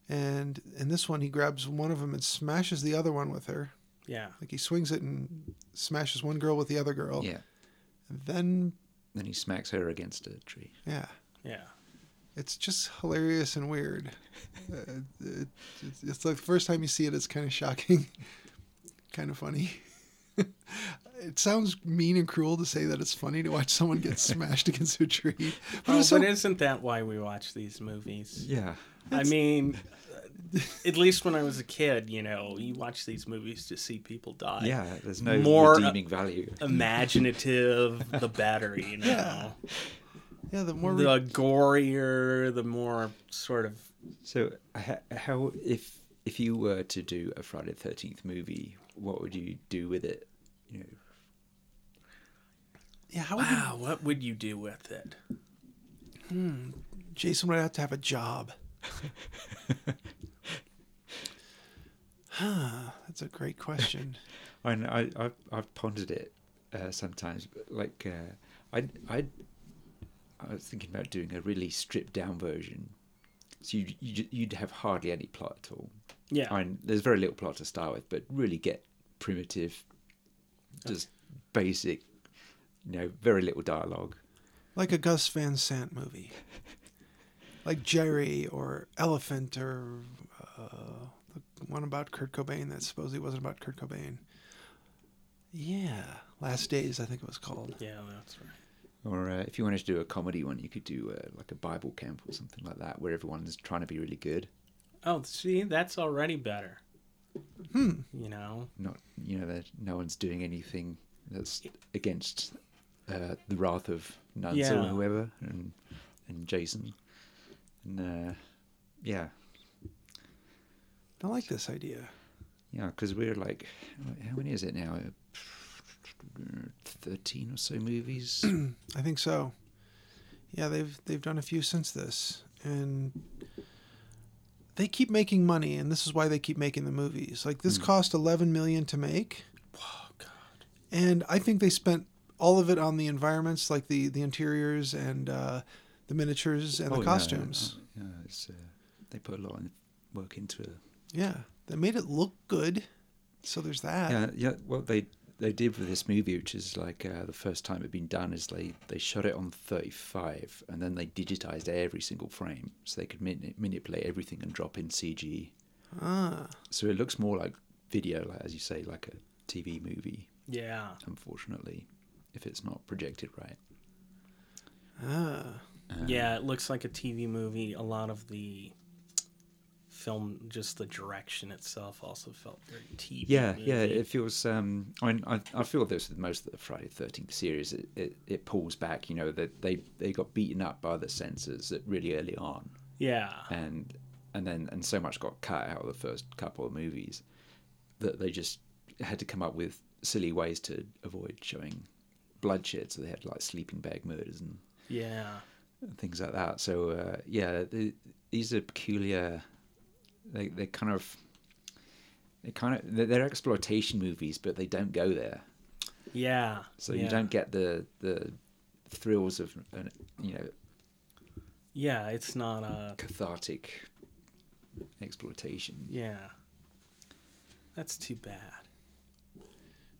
Speaker 8: And in this one, he grabs one of them and smashes the other one with her.
Speaker 5: Yeah.
Speaker 8: Like he swings it and smashes one girl with the other girl.
Speaker 9: Yeah.
Speaker 8: Then,
Speaker 9: Then he smacks her against a tree.
Speaker 8: yeah.
Speaker 5: Yeah.
Speaker 8: It's just hilarious and weird. Uh, it- it's, it's like the first time you see it, it's kind of shocking, kind of funny. it sounds mean and cruel to say that it's funny to watch someone get smashed against a tree. But
Speaker 5: Oh,
Speaker 8: it's so-
Speaker 5: but isn't that why we watch these movies?
Speaker 9: Yeah.
Speaker 5: I mean, at least when I was a kid, you know, you watch these movies to see people die.
Speaker 9: Yeah. There's no
Speaker 5: More, uh,
Speaker 9: redeeming value.
Speaker 5: Imaginative, the better, you know.
Speaker 8: yeah, the more
Speaker 5: The gorier, the more sort of.
Speaker 9: So, h- how if if you were to do a Friday the Thirteenth movie, what would you do with it? You know,
Speaker 8: yeah, how would
Speaker 5: Wow, what would you do with it?
Speaker 8: Jason would have to have a job. huh, that's a great question.
Speaker 9: I know, I I've, I've pondered it uh, sometimes, but like uh, I I I was thinking about doing a really stripped down version. So you you you'd have hardly any plot at all.
Speaker 5: Yeah.
Speaker 9: I mean, there's very little plot to start with, but really get primitive, just basic. You know, very little dialogue.
Speaker 8: like a Gus Van Sant movie, like Jerry or Elephant or uh, the one about Kurt Cobain that supposedly wasn't about Kurt Cobain. Yeah, Last Days, I think it was called.
Speaker 5: Yeah, that's right.
Speaker 9: Or uh, if you wanted to do a comedy one, you could do uh, like a Bible camp or something like that, where everyone's trying to be really good.
Speaker 5: Oh, see, that's already better. Hmm. You know,
Speaker 9: Not, you know, that no one's doing anything that's against uh, the wrath of nuns or
Speaker 5: Yeah.
Speaker 9: whoever, and and Jason, and uh, yeah,
Speaker 8: I like this idea.
Speaker 9: yeah, because we're like, how many is it now? Uh, Thirteen or so movies.
Speaker 8: I think so. Yeah, they've they've done a few since this, and they keep making money, and this is why they keep making the movies. Like
Speaker 9: Hmm.
Speaker 8: this cost eleven million to make. God. And I think they spent all of it on the environments, like the the interiors and uh, the miniatures and
Speaker 9: Oh,
Speaker 8: the
Speaker 9: yeah,
Speaker 8: costumes.
Speaker 9: Yeah, yeah, it's, uh, they put a lot of work into it.
Speaker 8: Yeah. they made it look good. So there's that.
Speaker 9: Yeah, yeah. What they they did with this movie, which is like uh, the first time it'd been done, is they they shot it on thirty five, and then they digitized every single frame, so they could mani- manipulate everything and drop in CG.
Speaker 8: Ah,
Speaker 9: So it looks more like video, like as you say, like a TV movie.
Speaker 5: yeah.
Speaker 9: Unfortunately, if it's not projected right.
Speaker 8: ah.
Speaker 5: Yeah, it looks like a TV movie. A lot of the film, just the direction itself, also felt very TV.
Speaker 9: Yeah,
Speaker 5: movie.
Speaker 9: yeah. It feels. Um, I, mean, I I feel this with most of the Friday Thirteenth series. It, it it pulls back. You know that they they got beaten up by the censors at really early on.
Speaker 5: yeah,
Speaker 9: and and then and so much got cut out of the first couple of movies that they just had to come up with silly ways to avoid showing bloodshed. So they had like sleeping bag murders and,
Speaker 5: yeah.
Speaker 9: and things like that. So uh, yeah, the these are peculiar. They they kind of they kind of they're, they're exploitation movies, but they don't go there.
Speaker 5: Yeah.
Speaker 9: So
Speaker 5: yeah.
Speaker 9: you don't get the the thrills of an you know
Speaker 5: Yeah, it's not a.
Speaker 9: cathartic exploitation.
Speaker 5: Yeah. That's too bad.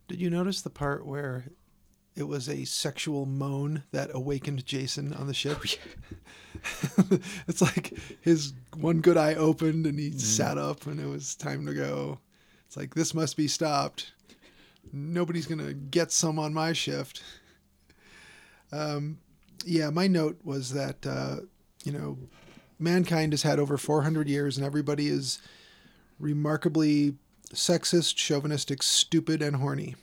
Speaker 8: Did you notice the part where it was a sexual moan that awakened Jason on the ship? it's like his one good eye opened and he sat up and it was time to go. It's like this must be stopped. Nobody's gonna get some on my shift. Um, yeah, my note was that uh, you know mankind has had over 400 years and everybody is remarkably sexist, chauvinistic, stupid, and horny.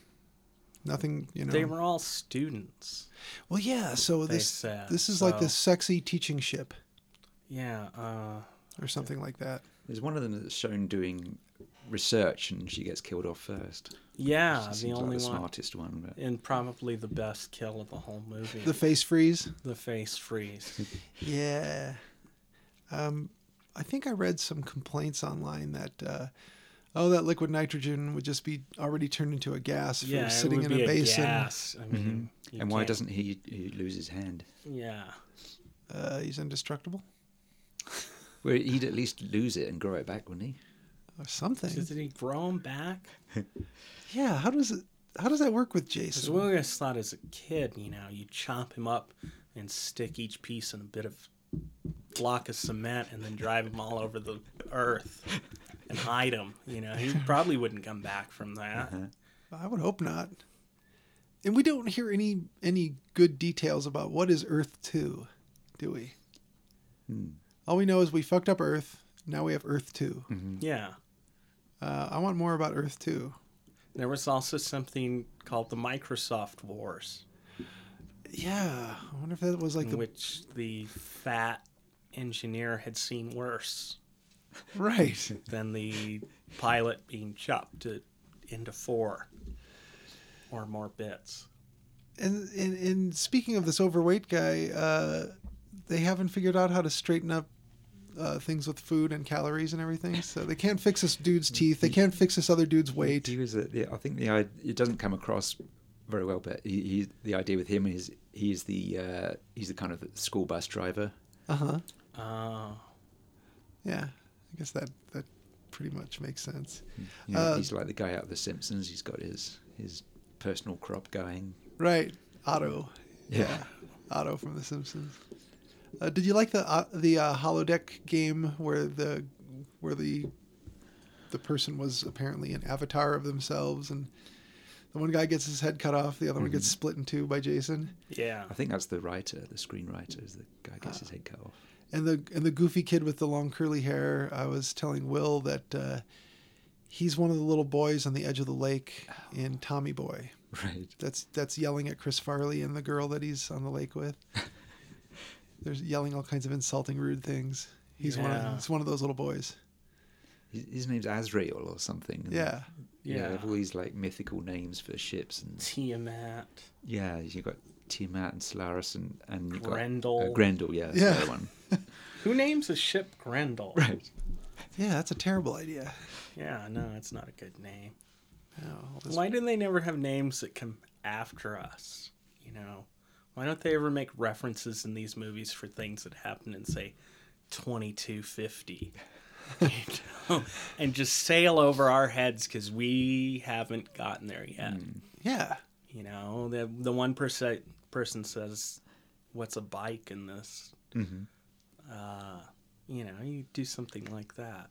Speaker 8: Nothing, you know.
Speaker 5: They were all students.
Speaker 8: well, yeah. So
Speaker 5: They
Speaker 8: this
Speaker 5: said,
Speaker 8: this is like
Speaker 5: so-
Speaker 8: this sexy teaching ship
Speaker 5: Yeah. Uh,
Speaker 8: or something like that.
Speaker 9: There's one of them that's shown doing research, and she gets killed off first.
Speaker 5: yeah.
Speaker 9: She
Speaker 5: Ah, The
Speaker 9: seems
Speaker 5: only
Speaker 9: like the
Speaker 5: one.
Speaker 9: smartest one. But
Speaker 5: And probably the best kill of the whole movie.
Speaker 8: The face freeze.
Speaker 5: the face freeze.
Speaker 8: Yeah. Um, I think I read some complaints online that, uh, oh, that liquid nitrogen would just be already turned into a gas if it
Speaker 5: yeah,
Speaker 8: was sitting
Speaker 5: it
Speaker 8: in
Speaker 5: would be
Speaker 8: a basin.
Speaker 5: gas. I mean, you
Speaker 9: Mm-hmm. and why
Speaker 5: can't-
Speaker 9: doesn't he, he lose his hand?
Speaker 5: Yeah.
Speaker 8: Uh, he's indestructible
Speaker 9: Well, he'd at least lose it and grow it back, wouldn't he?
Speaker 8: or something.
Speaker 5: Did he grow him back?
Speaker 8: Yeah. How does it? how does that work with
Speaker 5: Because
Speaker 8: Jason?
Speaker 5: when I thought as a kid, you know, you chop him up and stick each piece in a bit of block of cement and then drive him all over the earth and hide him. You know, he probably wouldn't come back from that.
Speaker 8: I would hope not. And we don't hear any any good details about what is Earth Two, do we? All we know is we fucked up Earth. Now we have Earth 2
Speaker 5: Yeah.
Speaker 8: Uh, I want more about Earth Two.
Speaker 5: There was also something called the Microsoft Wars,
Speaker 8: Yeah, I wonder if that was like
Speaker 5: in
Speaker 8: the
Speaker 5: which the fat engineer had seen worse
Speaker 8: right.
Speaker 5: than the pilot being chopped to, into four or more bits.
Speaker 8: And, and and speaking of this overweight guy, uh, they haven't figured out how to straighten up uh, things with food and calories and everything. So they can't fix this dude's teeth. They can't fix this other dude's weight.
Speaker 9: He was. A, the- I think the i- it doesn't come across very well, but he, he the idea with him is he is the uh, he's the kind of school bus driver.
Speaker 8: Uh huh.
Speaker 5: Oh.
Speaker 8: Yeah, I guess that that pretty much makes sense.
Speaker 9: You know,
Speaker 8: Uh,
Speaker 9: he's like the guy out of The Simpsons. He's got his his personal crop going.
Speaker 8: Right, Otto.
Speaker 9: Yeah.
Speaker 8: Otto from The Simpsons. Uh, did you like the uh, the uh, holodeck game where the where the the person was apparently an avatar of themselves and the one guy gets his head cut off, the other one gets split in two by Jason,
Speaker 5: Yeah.
Speaker 9: I think that's the writer, the screenwriter, is the guy gets his head cut off.
Speaker 8: and the and the goofy kid with the long curly hair. I was telling Will that uh, he's one of the little boys on the edge of the lake in Tommy Boy.
Speaker 9: Right.
Speaker 8: that's that's yelling at Chris Farley and the girl that he's on the lake with. They're yelling all kinds of insulting, rude things. He's one. Of,
Speaker 5: Yeah.
Speaker 8: he's one of those little boys.
Speaker 9: His, his name's Azrael or something.
Speaker 5: Mm-hmm.
Speaker 9: and
Speaker 8: Yeah,
Speaker 9: Yeah, they have
Speaker 5: Yeah.
Speaker 9: all these like mythical names for ships and
Speaker 5: Tiamat.
Speaker 9: yeah, you've got Tiamat and Solaris and and you've got-
Speaker 5: Grendel.
Speaker 9: uh, Grendel, yeah, that's the
Speaker 8: Yeah.
Speaker 9: other one.
Speaker 5: Who names a ship Grendel?
Speaker 9: Right.
Speaker 8: yeah. That's a terrible idea.
Speaker 5: Yeah, no, it's not a good name.
Speaker 8: No, all this-
Speaker 5: Why do they never have names that come after us? You know, why don't they ever make references in these movies for things that happen in say 2250? You know? and just sail over our heads because we haven't gotten there yet.
Speaker 8: yeah,
Speaker 5: You know, the the one person person says, "What's a bike?" in this.
Speaker 9: Mm-hmm.
Speaker 5: Uh, you know, you do something like that.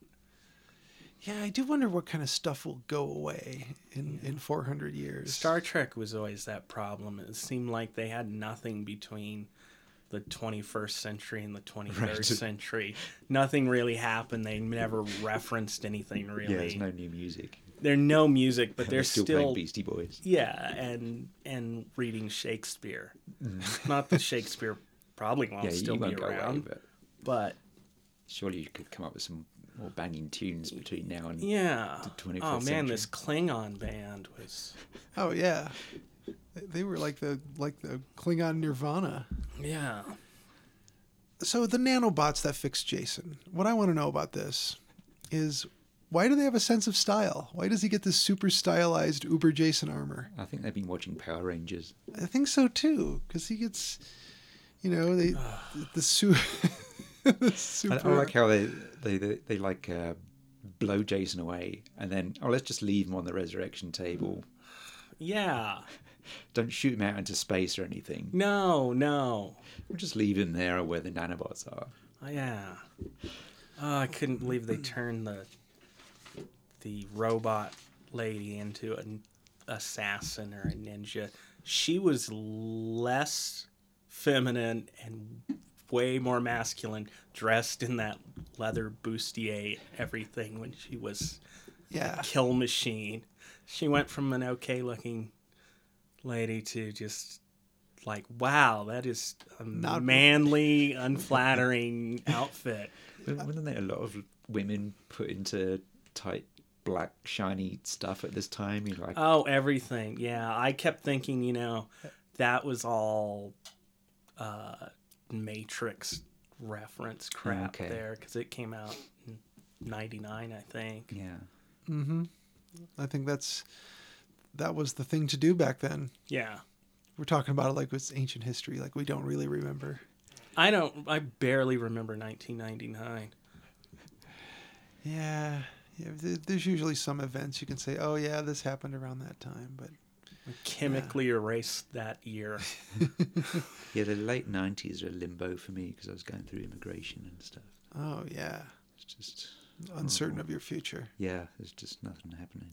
Speaker 8: yeah. I do wonder what kind of stuff will go away in in 400 years.
Speaker 5: Star Trek was always that problem. It seemed like they had nothing between the 21st century and the 23rd century. Nothing really happened. They never referenced anything
Speaker 9: Yeah,
Speaker 5: really.
Speaker 9: there's no new music.
Speaker 5: There's no music, but they're still,
Speaker 9: playing Beastie Boys.
Speaker 5: yeah, and and reading Shakespeare. Not that Shakespeare probably won't
Speaker 9: Mm. Yeah, you-
Speaker 5: still
Speaker 9: you
Speaker 5: be
Speaker 9: won't go
Speaker 5: around,
Speaker 9: away, but
Speaker 5: but
Speaker 9: surely you could come up with some more banging tunes between now and
Speaker 5: yeah.
Speaker 9: The 21st
Speaker 5: oh man,
Speaker 9: century.
Speaker 5: this Klingon band was
Speaker 8: Oh yeah, They- they were like the like the Klingon Nirvana.
Speaker 5: yeah.
Speaker 8: so the nanobots that fix Jason. What I want to know about this is why do they have a sense of style? Why does he get this super stylized Uber Jason armor?
Speaker 9: I think they've been watching Power Rangers.
Speaker 8: I think so too, because he gets, you know, they the, su- the
Speaker 9: I,
Speaker 8: super.
Speaker 9: I like how they they they, they like uh, blow Jason away, and then oh let's just leave him on the resurrection table.
Speaker 5: Yeah.
Speaker 9: Don't shoot him out into space or anything.
Speaker 5: No, no.
Speaker 9: We'll just leave him there where the nanobots are.
Speaker 5: Oh, Yeah. Oh, I couldn't believe they turned the the robot lady into an assassin or a ninja. She was less feminine and way more masculine dressed in that leather bustier everything when she was
Speaker 8: yeah,
Speaker 5: kill machine. She went from an okay looking lady to just like, wow, that is a
Speaker 8: Not-
Speaker 5: manly, unflattering outfit.
Speaker 9: Wasn't there a lot of women put into tight black shiny stuff at this time? You're
Speaker 8: Uh,
Speaker 9: like,
Speaker 5: Oh, everything. Yeah. I kept thinking, you know, that was all uh, Matrix reference crap there
Speaker 9: Okay.
Speaker 5: 'cause there because it came out in 99, I think.
Speaker 9: yeah,
Speaker 8: I think that's that was the thing to do back then.
Speaker 5: Yeah.
Speaker 8: We're talking about it like it's ancient history, like we don't really remember.
Speaker 5: I don't, I barely remember 1999.
Speaker 8: Yeah, yeah. th- There's usually some events you can say, "Oh yeah, this happened around that time," but
Speaker 5: chemically erased that year.
Speaker 9: Yeah, the late nineties are a limbo for me because I was going through immigration and stuff.
Speaker 8: Oh yeah,
Speaker 9: It's just
Speaker 8: uncertain of your future.
Speaker 9: yeah, there's just nothing happening.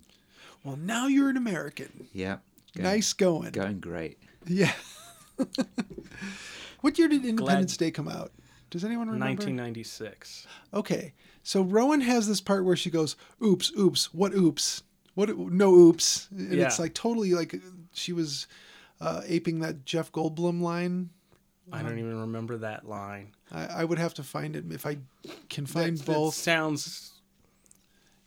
Speaker 8: Well, now you're an American.
Speaker 9: Yeah, going-
Speaker 8: nice going.
Speaker 9: going great.
Speaker 8: Yeah. what year did Independence
Speaker 5: Glad-
Speaker 8: Day come out? Does anyone remember?
Speaker 5: 1996.
Speaker 8: Okay, so Rowan has this part where she goes, "Oops, oops, what oops, what no oops," and
Speaker 5: Yeah.
Speaker 8: it's like totally like she was uh, aping that Jeff Goldblum line.
Speaker 5: I don't even remember that line.
Speaker 8: I, I would have to find it if I can find both.
Speaker 5: That sounds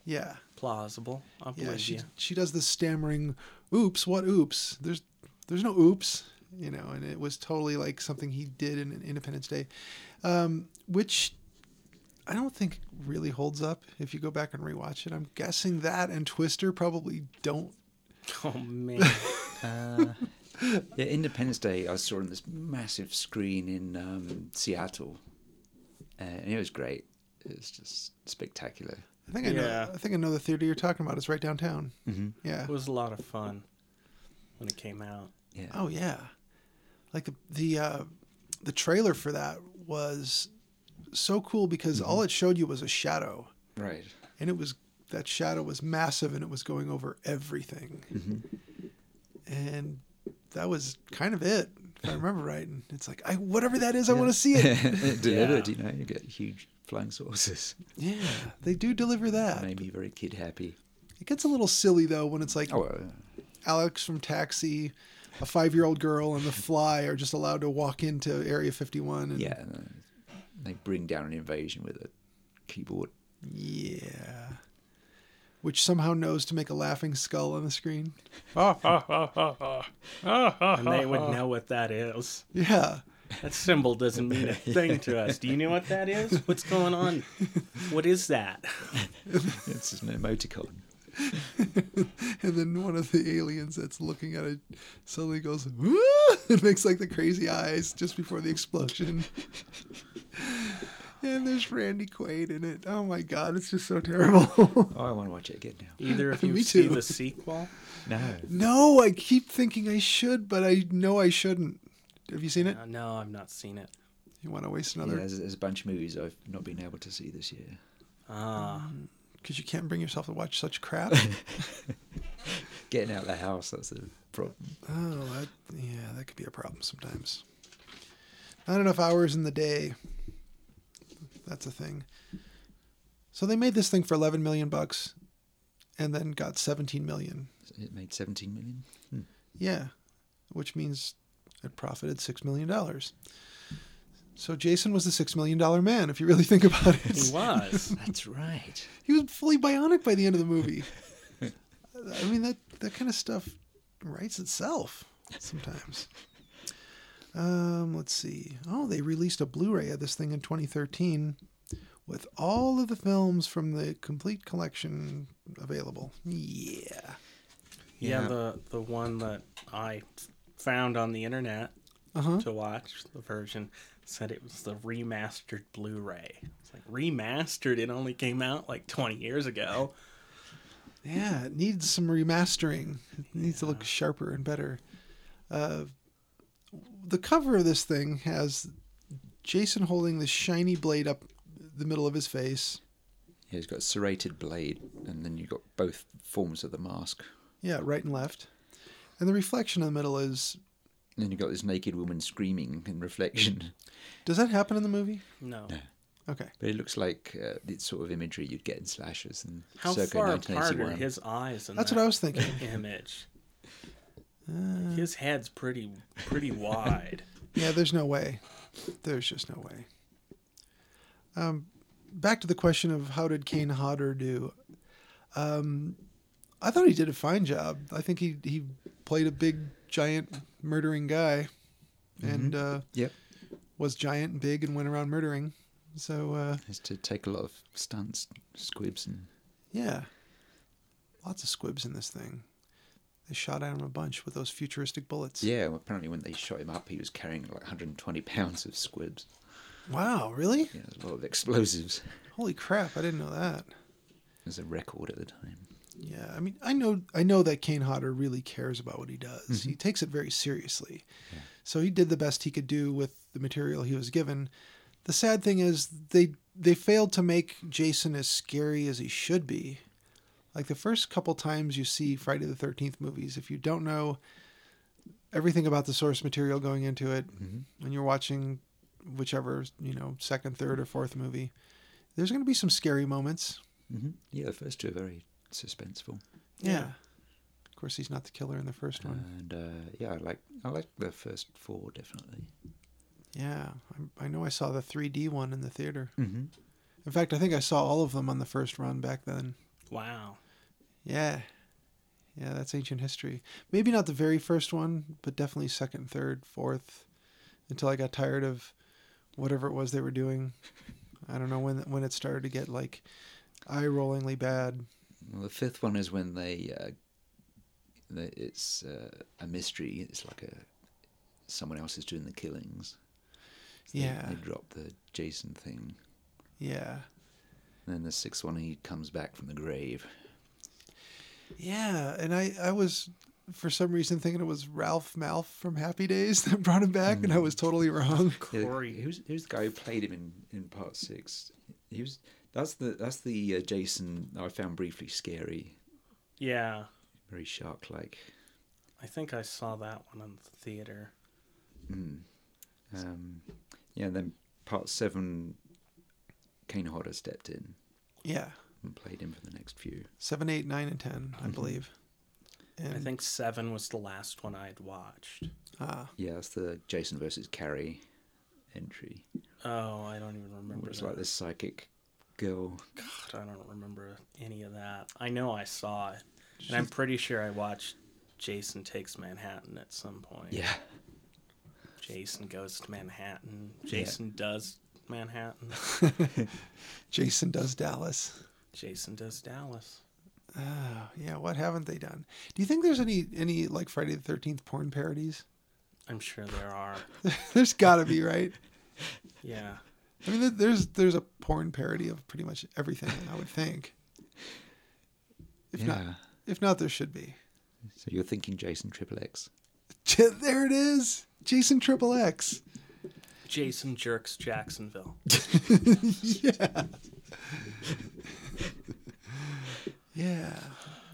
Speaker 8: yeah,
Speaker 5: plausible. I believe
Speaker 8: yeah. She
Speaker 5: you.
Speaker 8: she does this stammering, "Oops, what oops?" There's there's no oops, you know, and it was totally like something he did in Independence Day, um, which. I don't think really holds up if you go back and rewatch it. I'm guessing that and Twister probably don't
Speaker 5: Oh man,
Speaker 9: Yeah, Independence Day I saw on this massive screen in um, Seattle, uh, and it was great. It's just spectacular.
Speaker 8: I think I
Speaker 5: Yeah.
Speaker 8: know. I think I know the theater you're talking about. It's right downtown. Yeah.
Speaker 5: it was a lot of fun when it came out.
Speaker 9: Yeah,
Speaker 8: Oh yeah. Like the the uh, the trailer for that was so cool because
Speaker 5: Mm-hmm.
Speaker 8: all it showed you was a shadow,
Speaker 9: right.
Speaker 8: and it was that shadow was massive and it was going over everything,
Speaker 9: Mm-hmm.
Speaker 8: and that was kind of it if I remember right. And it's like I whatever that is, I want to see it.
Speaker 9: it delivered. You know, you get huge flying saucers.
Speaker 8: yeah, they do deliver that.
Speaker 9: Made me very kid happy.
Speaker 8: It gets a little silly though when it's like
Speaker 9: Oh, uh,
Speaker 8: Alex from Taxi, a five-year-old girl, and the Fly are just allowed to walk into Area 51. And
Speaker 9: yeah. and, uh, They bring down an invasion with a keyboard.
Speaker 8: yeah. Which somehow knows to make a laughing skull on the screen.
Speaker 5: And they would know what that is.
Speaker 8: Yeah.
Speaker 5: That symbol doesn't mean a thing to us. Do you know what that is? What's going on? What is that?
Speaker 9: It's just an emoticon.
Speaker 8: And then one of the aliens that's looking at it suddenly goes, "Woo!" It makes like the crazy eyes just before the explosion. and there's Randy Quaid in it. Oh my God, it's just so terrible.
Speaker 9: Oh, I want to watch it again now.
Speaker 5: Either of you
Speaker 8: Me
Speaker 5: see
Speaker 8: too.
Speaker 5: the sequel?
Speaker 9: No.
Speaker 8: no, I keep thinking I should, but I know I shouldn't. Have you seen it?
Speaker 5: Uh, no, I've not seen it.
Speaker 8: You want to waste
Speaker 9: Yeah,
Speaker 8: another?
Speaker 9: there's, there's a bunch of movies I've not been able to see this year.
Speaker 8: because you can't bring yourself to watch such crap.
Speaker 9: Getting out of the house, that's the problem.
Speaker 8: oh, that, yeah, that could be a problem sometimes. Not enough hours in the day. That's a thing. So they made this thing for 11 million bucks, and then got 17 million.
Speaker 9: It made 17 million.
Speaker 8: Yeah, which means it profited six million dollars. So Jason was the six million dollar man, if you really think about it.
Speaker 5: He was.
Speaker 9: That's right.
Speaker 8: he was fully bionic by the end of the movie. I mean that that kind of stuff writes itself sometimes. Um, let's see. Oh, they released a Blu-ray of this thing in 2013 with all of the films from the complete collection available. Yeah.
Speaker 5: Yeah,
Speaker 9: Yeah.
Speaker 5: the the one that I found on the internet
Speaker 8: Uh-huh.
Speaker 5: to watch the version said it was the remastered Blu-ray. It's like remastered. It only came out like 20 years ago.
Speaker 8: Yeah, it needs some remastering. It needs to look sharper and better. Uh, the cover of this thing has Jason holding this shiny blade up the middle of his face.
Speaker 9: Yeah, he's got a serrated blade, and then you've got both forms of the mask.
Speaker 8: Yeah, right and left. And the reflection in the middle is.
Speaker 9: And then you've got this naked woman screaming in reflection.
Speaker 8: Does that happen in the movie?
Speaker 5: No.
Speaker 8: Okay.
Speaker 9: But it looks like uh, it's sort of imagery you'd get in slashers and
Speaker 5: How
Speaker 9: circa
Speaker 5: far apart are
Speaker 9: 1981.
Speaker 5: his eyes? In
Speaker 8: That's
Speaker 5: that
Speaker 8: what I was thinking. Uh.
Speaker 5: Image. his head's pretty pretty wide.
Speaker 8: Yeah, there's no way. There's just no way. Um, back to the question of how did Kane Hodder do? Um, I thought he did a fine job. I think he he played a big, giant, murdering guy, and uh,
Speaker 9: Yep.
Speaker 8: was giant and big and went around murdering. So uh,
Speaker 9: Has to take a lot of stunts, squibs, and
Speaker 8: yeah, lots of squibs in this thing. They shot at him a bunch with those futuristic bullets.
Speaker 9: Yeah, well, apparently when they shot him up, he was carrying like 120 pounds of squibs.
Speaker 8: Wow, really?
Speaker 9: Yeah, there's a lot of explosives.
Speaker 8: Holy crap! I didn't know that.
Speaker 9: It was a record at the time.
Speaker 8: Yeah, I mean, I know, I know that Kane Hodder really cares about what he does. He takes it very seriously. So he did the best he could do with the material he was given. The sad thing is they they failed to make Jason as scary as he should be. Like the first couple times you see Friday the Thirteenth movies, if you don't know everything about the source material going into it, and you're watching whichever you know second, third, or fourth movie, there's going to be some scary moments.
Speaker 9: Yeah, the first two are very suspenseful.
Speaker 8: Yeah. Of course, he's not the killer in the first one.
Speaker 9: And uh, yeah, I like I like the first four definitely.
Speaker 8: Yeah, I, I know I saw the 3D one in the theater. Mm-hmm. In fact, I think I saw all of them on the first run back then.
Speaker 5: Wow.
Speaker 8: Yeah, yeah, that's ancient history. Maybe not the very first one, but definitely second, third, fourth, until I got tired of whatever it was they were doing. I don't know when when it started to get like eye-rollingly bad.
Speaker 9: Well, the fifth one is when they, uh, they it's uh, a mystery. It's like a someone else is doing the killings. So they-
Speaker 8: Yeah.
Speaker 9: they, drop the Jason thing.
Speaker 8: Yeah,
Speaker 9: And then the sixth one, he comes back from the grave.
Speaker 8: yeah, and I I was for some reason thinking it was Ralph Malf from Happy Days that brought him back, and I was totally wrong.
Speaker 9: Yeah, the-
Speaker 5: Corey.
Speaker 9: who's who's the guy who played him in, in part six? He was that's the that's the uh, Jason I found briefly scary,
Speaker 5: Yeah.
Speaker 9: very shark like.
Speaker 5: I think I saw that one in the theater.
Speaker 9: Um, yeah, and then part seven, Kane Hodder stepped in
Speaker 8: Yeah,
Speaker 9: and played him for the next few.
Speaker 8: seven, eight, nine, and ten, I believe. And
Speaker 5: I think seven was the last one I'd watched.
Speaker 8: ah,
Speaker 9: Yeah, that's the Jason versus Carrie entry.
Speaker 5: Oh, I don't even remember.
Speaker 9: It was
Speaker 5: that.
Speaker 9: like this psychic girl.
Speaker 5: God, I don't remember any of that. I know I saw it, and I'm pretty sure I watched Jason Takes Manhattan at some point.
Speaker 9: Yeah,
Speaker 5: Jason goes to Manhattan. Jason does Manhattan.
Speaker 8: Jason does Dallas. Oh,
Speaker 5: Jason does Dallas.
Speaker 8: Yeah, what haven't they done? Do you think there's any any like Friday the Thirteenth porn parodies?
Speaker 5: I'm sure there are.
Speaker 8: there's got to be, right?
Speaker 5: Yeah.
Speaker 8: I mean, there- there's there's a porn parody of pretty much everything. I would think. If
Speaker 9: Yeah.
Speaker 8: not, if not, there should be.
Speaker 9: so you're thinking Jason Triple X?
Speaker 8: There it is, Jason Triple X.
Speaker 5: Jason jerks Jacksonville.
Speaker 8: Yeah,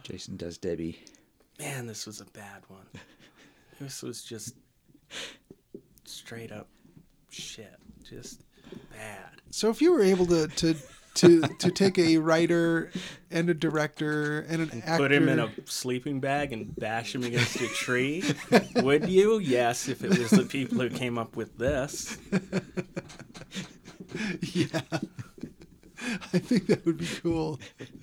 Speaker 9: Jason does Debbie.
Speaker 5: Man, this was a bad one. This was just straight up shit. Just bad.
Speaker 8: So if you were able to to to to take a writer and a director and an actor,
Speaker 5: Put him in a sleeping bag and bash him against a tree? Would you? Yes, if it was the people who came up with this.
Speaker 8: yeah, I think that would be cool.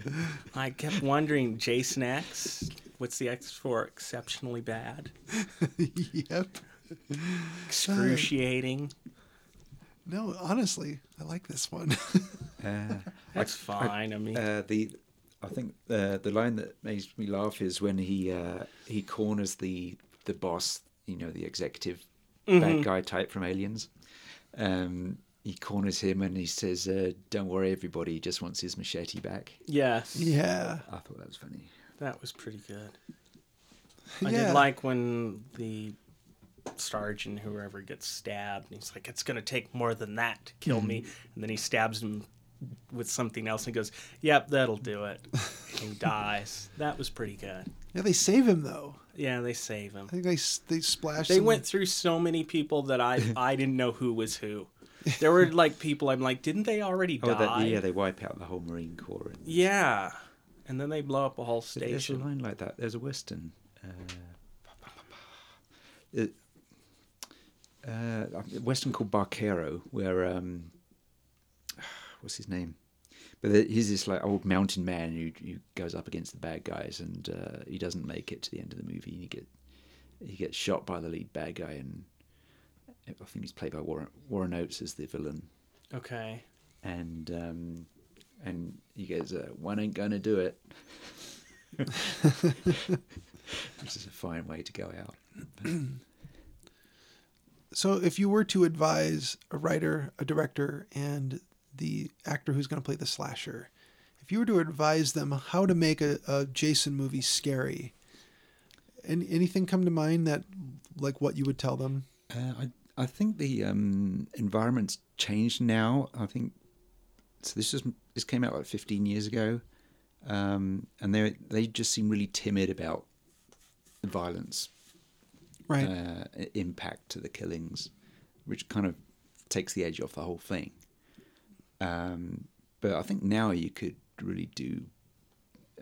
Speaker 5: I kept wondering, Jason X, what's the X for? Exceptionally bad,
Speaker 8: yep.
Speaker 5: excruciating.
Speaker 8: No, honestly, I like this one.
Speaker 9: Uh,
Speaker 5: That's fine. I mean,
Speaker 9: uh, the I think uh, the line that makes me laugh is when he uh, he corners the the boss, you know, the executive bad guy type from Aliens. Um, he corners him and he says, uh, "Don't worry, everybody. He just wants his machete back."
Speaker 5: yes,
Speaker 8: yeah.
Speaker 9: I thought that was funny.
Speaker 5: that was pretty good. I
Speaker 8: Yeah.
Speaker 5: did like when the sergeant, whoever, gets stabbed, and he's like, "It's gonna take more than that to kill me,"
Speaker 9: Mm-hmm.
Speaker 5: and then he stabs him with something else, and he goes, "Yep, that'll do it," and he dies. That was pretty good.
Speaker 8: Yeah, they save him though.
Speaker 5: Yeah, they save him.
Speaker 8: I think they s- they splash.
Speaker 5: They
Speaker 8: some-
Speaker 5: went through so many people that I I didn't know who was who. There were like people I'm like, didn't they already
Speaker 9: Oh,
Speaker 5: die?
Speaker 9: that, yeah, they wipe out the whole Marine Corps. And
Speaker 5: Yeah. And then they blow up a whole
Speaker 9: There's a
Speaker 5: station.
Speaker 9: line like that. There's a western. Uh, it- uh, a western called Barquero, where um, what's his name? But the- he's this like old mountain man who, who goes up against the bad guys, and uh, he doesn't make it to the end of the movie. And he get he gets shot by the lead bad guy, and I think he's played by Warren Warren Oates as the villain
Speaker 5: Okay.
Speaker 9: and um, and he goes, uh, "One ain't gonna do it," which is a fine way to go out.
Speaker 8: So if you were to advise a writer, a director, and the actor who's going to play the slasher, if you were to advise them how to make a, a Jason movie scary, and anything come to mind that like what you would tell them?
Speaker 9: Uh, I I think the um, environment's changed now. I think so. This was this came out like 15 years ago, um, and they they just seem really timid about the violence
Speaker 8: Right.
Speaker 9: uh, i- impact to the killings, which kind of takes the edge off the whole thing. Um, but I think now you could really do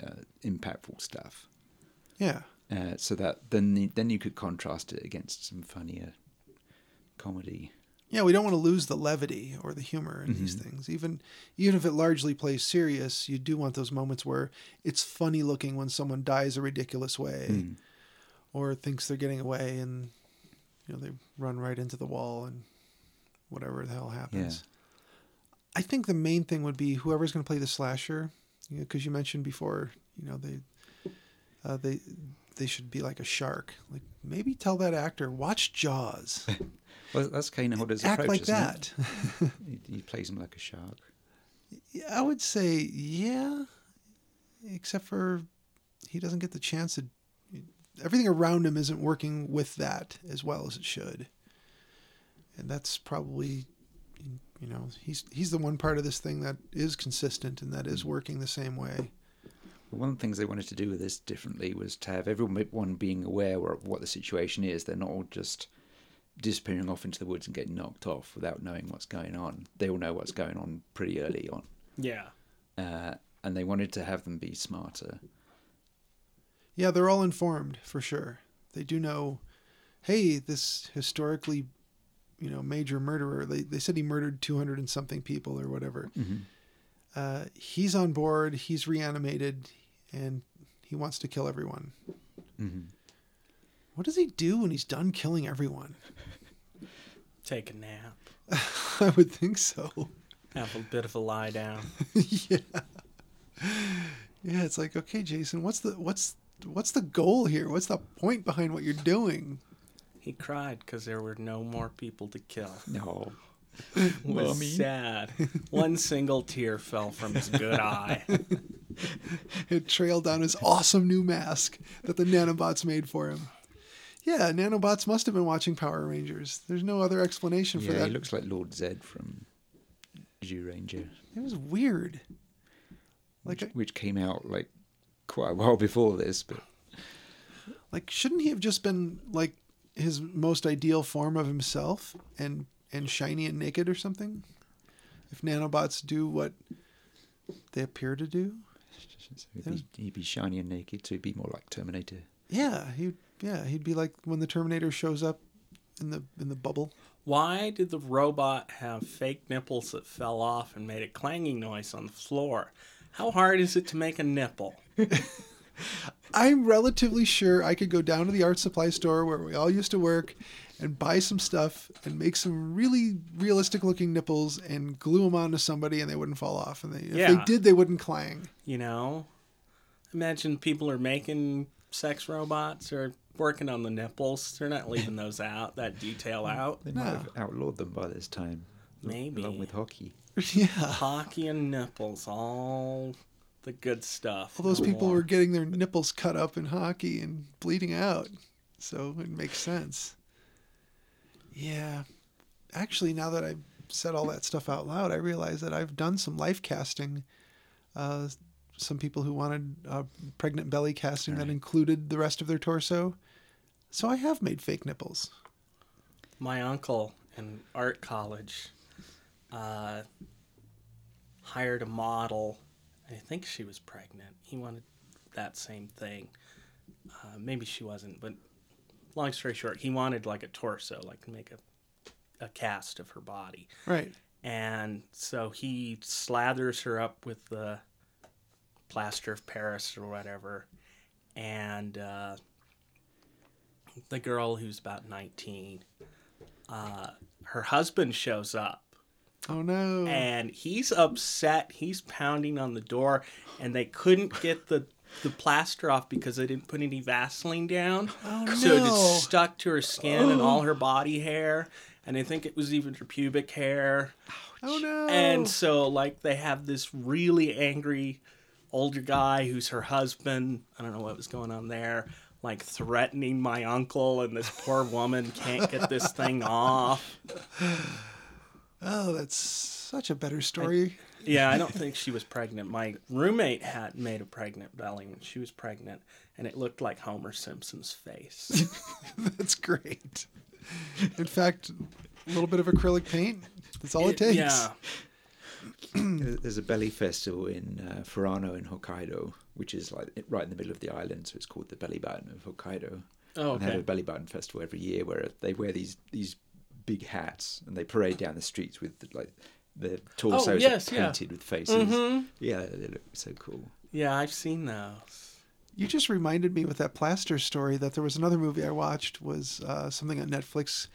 Speaker 9: uh, impactful stuff,
Speaker 8: yeah.
Speaker 9: uh, so that then the, then you could contrast it against some funnier comedy.
Speaker 8: Yeah, we don't want to lose the levity or the humor in
Speaker 9: Mm-hmm.
Speaker 8: these things. Even even if it largely plays serious, you do want those moments where it's funny looking when someone dies a ridiculous way
Speaker 9: Hmm.
Speaker 8: or thinks they're getting away and you know they run right into the wall and whatever the hell happens. I think the main thing would be whoever's going to play the slasher, you know, cuz you mentioned before, you know, they uh, they they should be like a shark. Like maybe tell that actor watch Jaws.
Speaker 9: Well, that's Kane Hodder's
Speaker 8: Act
Speaker 9: approach,
Speaker 8: like
Speaker 9: isn't
Speaker 8: that.
Speaker 9: it? He, he plays him like a shark.
Speaker 8: I would say yeah, except for he doesn't get the chance to. Everything around him isn't working with that as well as it should, and that's probably, you know, he's he's the one part of this thing that is consistent and that is working the same way.
Speaker 9: But One of the things they wanted to do with this differently was to have everyone being aware of what the situation is. They're not all just disappearing off into the woods and getting knocked off without knowing what's going on. They all know what's going on pretty early on,
Speaker 5: Yeah.
Speaker 9: uh, and they wanted to have them be smarter.
Speaker 8: Yeah, they're all informed for sure. They do know, hey, this historically, you know, major murderer. They they said he murdered two hundred and something people or whatever. Uh, he's on board. He's reanimated, and he wants to kill everyone. What does he do when he's done killing everyone?
Speaker 5: Take a nap.
Speaker 8: I would think so.
Speaker 5: Have a bit of a lie down.
Speaker 8: Yeah, it's like okay, Jason, what's the what's what's the goal here? What's the point behind what you're doing?
Speaker 5: He cried because there were no more people to kill.
Speaker 8: Oh,
Speaker 9: No,
Speaker 5: It was sad. One single tear fell from his good eye.
Speaker 8: it trailed down his awesome new mask that the nanobots made for him. Yeah, nanobots must have been watching Power Rangers. There's no other explanation for
Speaker 9: yeah,
Speaker 8: that.
Speaker 9: he looks like Lord Zed from Jew Ranger,
Speaker 8: it was weird. Like,
Speaker 9: which,
Speaker 8: I-
Speaker 9: which came out like quite a while before this, but
Speaker 8: like shouldn't he have just been like his most ideal form of himself and and shiny and naked or something? If nanobots do what they appear to do,
Speaker 9: so he'd, be, he'd be shiny and naked, so he'd be more like Terminator.
Speaker 8: yeah, he yeah he'd be like when the Terminator shows up in the in the bubble.
Speaker 5: Why did the robot have fake nipples that fell off and made a clanging noise on the floor? How hard is it to make a nipple?
Speaker 8: I'm relatively sure I could go down to the art supply store where we all used to work and buy some stuff and make some really realistic looking nipples and glue them onto somebody and they wouldn't fall off. And they, if they
Speaker 5: Yeah.
Speaker 8: did, they wouldn't clang.
Speaker 5: You know? Imagine people are making sex robots or working on the nipples. They're not leaving those out, that detail out.
Speaker 9: They might have outlawed them by this time,
Speaker 5: Maybe.
Speaker 9: along with hockey.
Speaker 8: yeah.
Speaker 5: Hockey and nipples, all the good stuff.
Speaker 8: All those
Speaker 5: No
Speaker 8: people
Speaker 5: more.
Speaker 8: were getting their nipples cut up in hockey and bleeding out. So it makes sense. Yeah. Actually, now that I said all that stuff out loud, I realize that I've done some life casting. Uh, some people who wanted uh, pregnant belly casting that included the rest of their torso. So I have made fake nipples.
Speaker 5: my uncle in art college uh, hired a model. I think she was pregnant. He wanted that same thing. Uh, maybe she wasn't, but long story short, he wanted like a torso, like make a, a cast of her body.
Speaker 8: Right.
Speaker 5: And so he slathers her up with the plaster of Paris or whatever. And uh, the girl who's about 19, uh, her husband shows up
Speaker 8: Oh no.
Speaker 5: and he's upset. He's pounding on the door, and they couldn't get the the plaster off because they didn't put any Vaseline down. Oh, so it
Speaker 8: no.
Speaker 5: just stuck to her skin and all her body hair, and I think it was even her pubic hair.
Speaker 8: Oh no.
Speaker 5: And so, like, they have this really angry older guy who's her husband. I don't know what was going on there. Like, threatening my uncle, and this poor woman can't get this thing off.
Speaker 8: oh, that's such a better story.
Speaker 5: Yeah, I don't think she was pregnant. My roommate had made a pregnant belly when she was pregnant, and it looked like Homer Simpson's face.
Speaker 8: that's great. In fact, a little bit of acrylic paint. That's all it, takes.
Speaker 5: Yeah.
Speaker 9: There's a belly festival in uh, Furano in Hokkaido, which is like right in the middle of the island, so it's called the Belly Button of Hokkaido.
Speaker 5: Oh,
Speaker 9: And they have a
Speaker 5: okay.
Speaker 9: belly button festival every year where they wear these these big hats and they parade down the streets with like their torsos are
Speaker 5: Oh, yes, yeah. Mm-hmm.
Speaker 9: painted with faces. Yeah, they look so cool.
Speaker 5: Yeah, I've seen those.
Speaker 8: You just reminded me with that plaster story that there was another movie I watched was uh, something on Netflix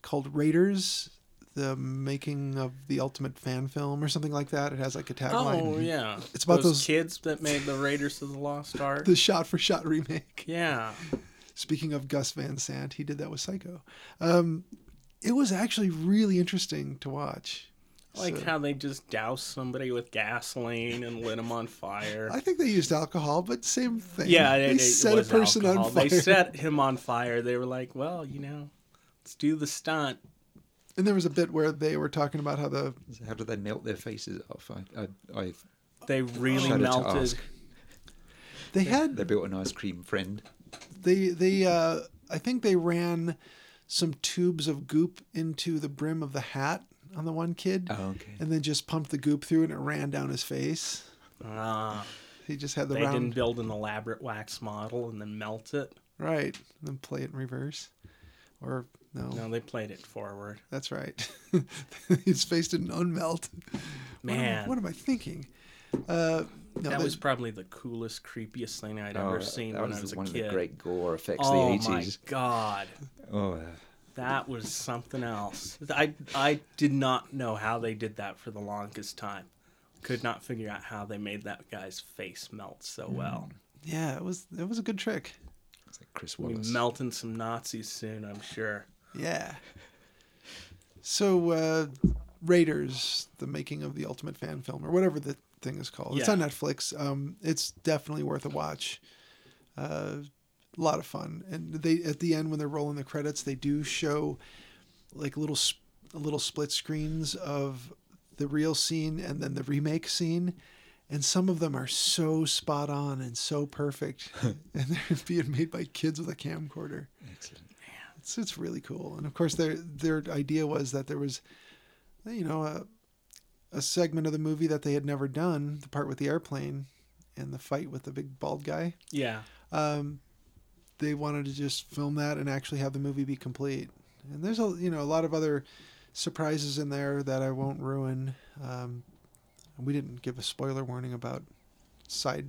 Speaker 8: called Raiders: The Making of the Ultimate Fan Film or something like that. It has like a tagline.
Speaker 5: Oh, yeah.
Speaker 8: It's about those-
Speaker 5: kids that made the Raiders of the Lost Ark.
Speaker 8: The shot for shot remake.
Speaker 5: Yeah.
Speaker 8: Speaking of Gus Van Sant, he did that with Psycho. Um, it was actually really interesting to watch.
Speaker 5: Like
Speaker 8: So-
Speaker 5: how they just douse somebody with gasoline and lit them on fire.
Speaker 8: I think they used alcohol, but same thing.
Speaker 5: yeah,
Speaker 8: they
Speaker 5: it, it
Speaker 8: set a
Speaker 5: was
Speaker 8: person
Speaker 5: alcohol.
Speaker 8: on fire,
Speaker 5: They set him on fire. They were like, "Well, you know, let's do the stunt."
Speaker 8: and there was a bit where they were talking about how the
Speaker 9: So how do they melt their faces off? I, I, I
Speaker 5: They really
Speaker 9: Shudder to
Speaker 5: melted.
Speaker 9: ask.
Speaker 8: they had
Speaker 9: they built an ice cream friend.
Speaker 8: they they uh I think they ran some tubes of goop into the brim of the hat on the one kid.
Speaker 9: Oh, okay.
Speaker 8: And then just pumped the goop through and it ran down his face.
Speaker 5: Ah,
Speaker 8: He just had the
Speaker 5: they
Speaker 8: round
Speaker 5: didn't build an elaborate wax model and then melt it.
Speaker 8: right. And then play it in reverse. Or no.
Speaker 5: No, they played it forward.
Speaker 8: That's right. his face didn't unmelt. What am-
Speaker 5: Man,
Speaker 8: What am, I thinking? Uh no,
Speaker 5: that
Speaker 8: they-
Speaker 5: was probably the coolest, creepiest thing I'd
Speaker 9: Oh,
Speaker 5: ever seen
Speaker 9: that
Speaker 5: when
Speaker 9: was
Speaker 5: I was a
Speaker 9: one
Speaker 5: kid.
Speaker 9: of the great gore effects
Speaker 5: oh
Speaker 9: of the
Speaker 5: my
Speaker 9: 80s.
Speaker 5: god.
Speaker 9: Oh, yeah.
Speaker 5: That was something else. I I did not know how they did that for the longest time. Could not figure out how they made that guy's face melt so well.
Speaker 8: yeah, it was it was a good trick.
Speaker 9: it's like Chris
Speaker 5: We
Speaker 9: Wallace.
Speaker 5: melting some Nazis soon, I'm sure.
Speaker 8: Yeah. So uh Raiders, the making of the ultimate fan film or whatever the thing is called. It's
Speaker 5: Yeah.
Speaker 8: on Netflix. Um it's definitely worth a watch. Uh a lot of fun. And they at the end when they're rolling the credits, they do show like little s- little split screens of the real scene and then the remake scene. And some of them are so spot on and so perfect. and they're being made by kids with a camcorder.
Speaker 9: Excellent.
Speaker 8: It's it's really cool. And of course, their their idea was that there was, you know, a, a segment of the movie that they had never done, the part with the airplane, and the fight with the big bald guy.
Speaker 5: Yeah.
Speaker 8: They wanted to just film that and actually have the movie be complete. And there's a you know a lot of other surprises in there that I won't ruin. Um, and we didn't give a spoiler warning about side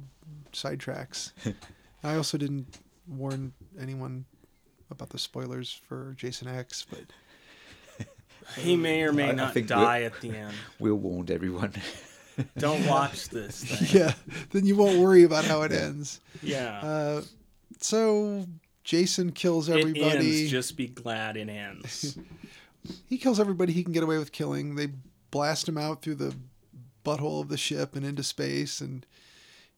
Speaker 8: sidetracks. I also didn't warn anyone about the spoilers for Jason X, but.
Speaker 5: He may or may
Speaker 9: I- I
Speaker 5: not
Speaker 9: think
Speaker 5: die at the end.
Speaker 9: Will warned everyone.
Speaker 5: Don't watch this thing.
Speaker 8: yeah, then you won't worry about how it ends.
Speaker 5: Yeah.
Speaker 8: Uh, so Jason kills
Speaker 5: it
Speaker 8: everybody.
Speaker 5: ends, just be glad it ends.
Speaker 8: he kills everybody he can get away with killing. They blast him out through the butthole of the ship and into space, and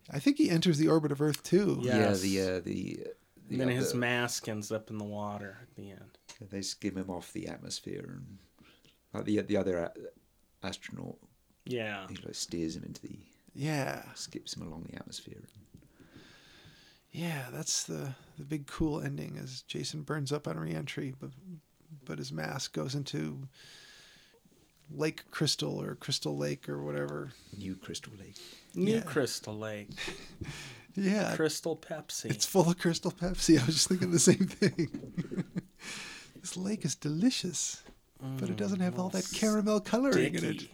Speaker 8: I think he enters the orbit of Earth too.
Speaker 5: Yes.
Speaker 9: Yeah, the uh, the. uh, the
Speaker 5: And then
Speaker 9: other-
Speaker 5: his mask ends up in the water at the end.
Speaker 9: they skim him off the atmosphere and like the the other a- astronaut
Speaker 5: Yeah.
Speaker 9: he like steers him into the
Speaker 8: yeah,
Speaker 9: skips him along the atmosphere.
Speaker 8: yeah. That's the the big cool ending is Jason burns up on reentry, but but his mask goes into Lake Crystal or Crystal Lake or whatever.
Speaker 9: New Crystal Lake.
Speaker 5: New
Speaker 8: Yeah.
Speaker 5: Crystal Lake.
Speaker 8: Yeah,
Speaker 5: Crystal Pepsi.
Speaker 8: Uh, It's full of Crystal Pepsi. I was just thinking the same thing. this lake is delicious, but it doesn't have all that
Speaker 5: Mm,
Speaker 8: caramel coloring in it.
Speaker 5: Dicky.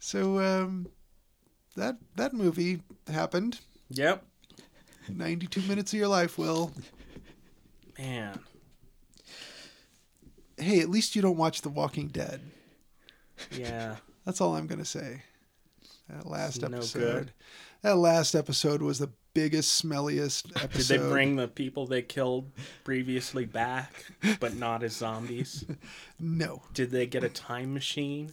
Speaker 8: So um, that that movie happened.
Speaker 5: Yep.
Speaker 8: Ninety-two minutes of your life, Will.
Speaker 5: Man.
Speaker 8: Hey, at least you don't watch The Walking Dead.
Speaker 5: Yeah.
Speaker 8: That's all I'm gonna say. That last
Speaker 5: No
Speaker 8: episode.
Speaker 5: good.
Speaker 8: That last episode was the biggest, smelliest
Speaker 5: Did
Speaker 8: episode.
Speaker 5: they bring the people they killed previously back, but not as zombies?
Speaker 8: No.
Speaker 5: Did they get a time machine?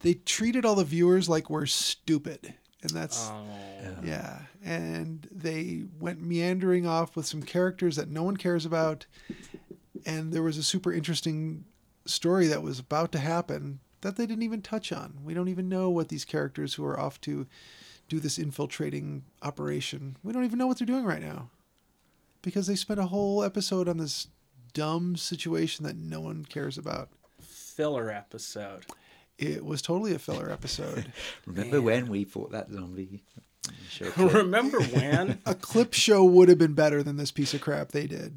Speaker 8: they treated all the viewers like we're stupid, and
Speaker 5: Oh.
Speaker 8: that's yeah. And they went meandering off with some characters that no one cares about, and there was a super interesting story that was about to happen that they didn't even touch on. We don't even know what these characters who are off to do this infiltrating operation. We don't even know what they're doing right now because they spent a whole episode on this dumb situation that no one cares about.
Speaker 5: filler episode.
Speaker 8: It was totally a filler episode.
Speaker 9: Remember when we fought that zombie? Show clip.
Speaker 5: Remember when?
Speaker 8: a clip show would have been better than this piece of crap they did.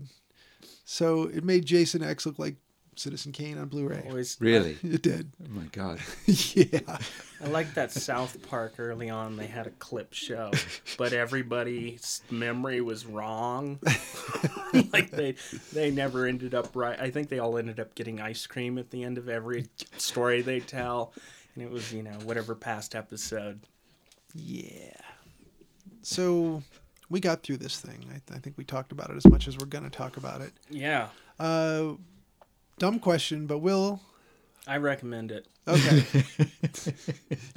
Speaker 8: So it made Jason X look like Citizen Kane on Blu-ray.
Speaker 5: Always,
Speaker 9: really?
Speaker 8: It did.
Speaker 9: Oh my god.
Speaker 8: yeah.
Speaker 5: I like that South Park early on. They had a clip show, but everybody's memory was wrong. like they they never ended up right. I think they all ended up getting ice cream at the end of every story they tell, and it was you know whatever past episode.
Speaker 8: Yeah. So we got through this thing. I, I think we talked about it as much as we're going to talk about it.
Speaker 5: Yeah,
Speaker 8: Uh, dumb question, but Will.
Speaker 5: I recommend it.
Speaker 8: Okay.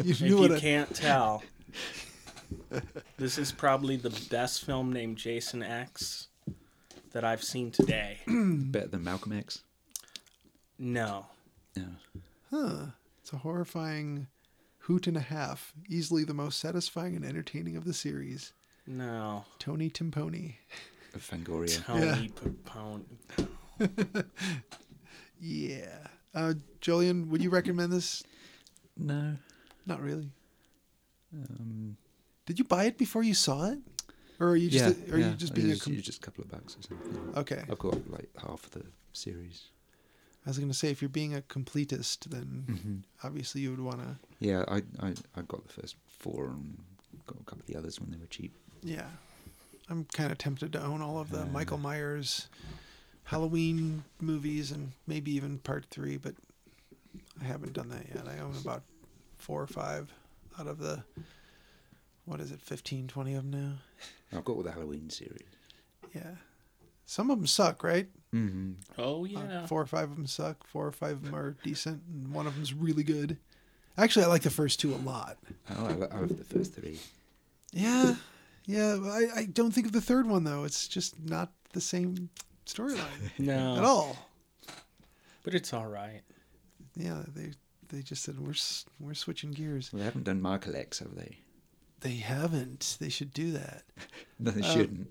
Speaker 8: you
Speaker 5: If
Speaker 8: knew
Speaker 5: you
Speaker 8: what I-
Speaker 5: can't tell, this is probably the best film named Jason X that I've seen today.
Speaker 9: Better than Malcolm X.
Speaker 5: No.
Speaker 9: No.
Speaker 8: It's a horrifying hoot and a half, easily the most satisfying and entertaining of the series.
Speaker 5: No,
Speaker 8: Tony Timponi.
Speaker 9: Of Fangoria.
Speaker 5: Tony
Speaker 8: Yeah.
Speaker 5: Papone.
Speaker 8: Yeah. Uh, Julian, would you recommend this?
Speaker 9: No. Um,
Speaker 8: Not really. Um, Did you buy it before you saw it, or are you
Speaker 9: Yeah.
Speaker 8: just are
Speaker 9: yeah.
Speaker 8: you just
Speaker 9: It
Speaker 8: being a
Speaker 9: was-
Speaker 8: com-
Speaker 9: it was just a couple of bucks or something.
Speaker 8: okay?
Speaker 9: I've got like half of the series.
Speaker 8: I was gonna say if you're being a completist, then obviously you would wanna.
Speaker 9: Yeah, I, I I got the first four and got a couple of the others when they were cheap.
Speaker 8: Yeah, I'm kind of tempted to own all of the Michael Myers Halloween movies and maybe even Part Three, but I haven't done that yet. I own about four or five out of the what is it, 15, 20 of them now.
Speaker 9: I've got all the Halloween series.
Speaker 8: Yeah, some of them suck, right?
Speaker 5: Oh yeah.
Speaker 8: Uh, Four or five of them suck. Four or five of them are decent, and one of them's really good. Actually, I like the first two a lot.
Speaker 9: Oh, I, lo- I love the first three.
Speaker 8: Yeah, yeah. I, I don't think of the third one though. It's just not the same storyline
Speaker 5: no.
Speaker 8: at all.
Speaker 5: But it's all right.
Speaker 8: Yeah, they they just said we're s- we're switching gears.
Speaker 9: Well, they haven't done Michael X, have they?
Speaker 8: They haven't. They should do that.
Speaker 9: No, they shouldn't.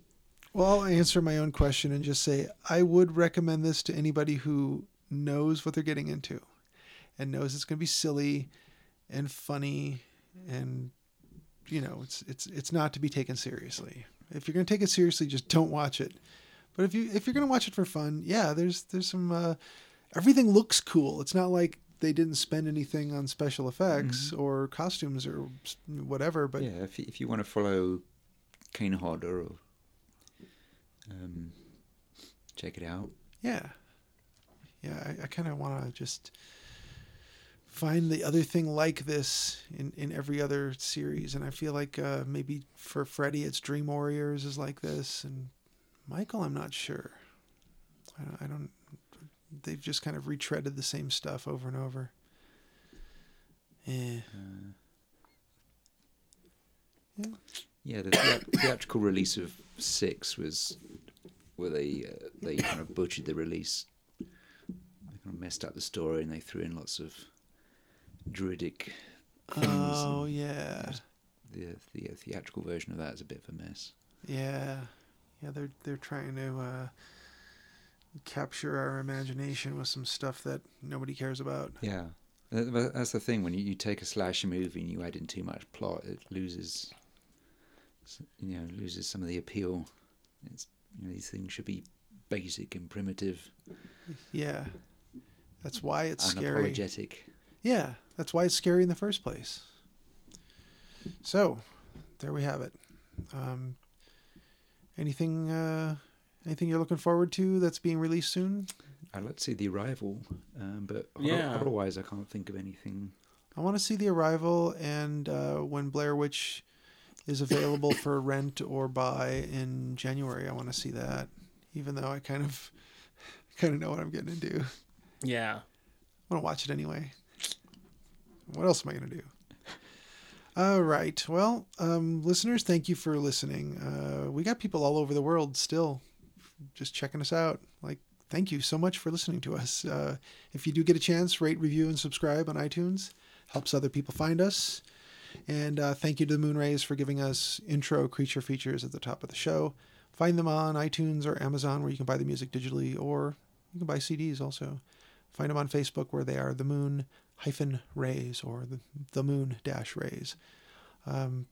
Speaker 8: Well, I'll answer my own question and just say I would recommend this to anybody who knows what they're getting into and knows it's going to be silly and funny and you know, it's it's it's not to be taken seriously. If you're going to take it seriously, just don't watch it. But if you if you're going to watch it for fun, yeah, there's there's some uh, everything looks cool. It's not like they didn't spend anything on special effects or costumes or s- whatever, but
Speaker 9: Yeah, if you, if you want to follow Kane Hodder, or, um, check it out.
Speaker 8: Yeah. Yeah, I, I kind of want to just find the other thing like this in, in every other series. And I feel like uh, maybe for Freddy, it's Dream Warriors is like this. And Michael, I'm not sure. I don't, I don't they've just kind of retreaded the same stuff over and over. Eh, Yeah.
Speaker 9: Yeah, the thea- theatrical release of six was where they uh, they kind of butchered the release. They kind of messed up the story, and they threw in lots of druidic things. and
Speaker 8: Oh, yeah.
Speaker 9: the the uh, theatrical version of that is a bit of a mess.
Speaker 8: Yeah, yeah, they're they're trying to uh, capture our imagination with some stuff that nobody cares about.
Speaker 9: Yeah, That- that- that's the thing. When you, you take a slasher movie and you add in too much plot, it loses, s- you know, loses some of the appeal. It's you know, these things should be basic and primitive,
Speaker 8: Yeah, that's why it's scary.
Speaker 9: unapologetic.
Speaker 8: Yeah, that's why it's scary in the first place. So, there we have it. Um, anything uh, anything you're looking forward to that's being released soon?
Speaker 9: I'd like to see the arrival, um, but o-
Speaker 5: Yeah.
Speaker 9: otherwise I can't think of anything.
Speaker 8: I want to see the arrival and uh, when Blair Witch is available for rent or buy in January. I want to see that, even though I kind of kind of know what I'm getting into. I
Speaker 5: Yeah.
Speaker 8: want to watch it anyway. What else am I going to do? All right. Well, um, listeners, thank you for listening. Uh, we got people all over the world still just checking us out. Like, thank you so much for listening to us. Uh, if you do get a chance, rate, review, and subscribe on iTunes. Helps other people find us. And uh, thank you to the Moonrays for giving us intro creature features at the top of the show. Find them on iTunes or Amazon, where you can buy the music digitally, or you can buy CDs also. Find them on Facebook, where they are the Moon hyphen Rays or the, the Moon dash Rays. Um,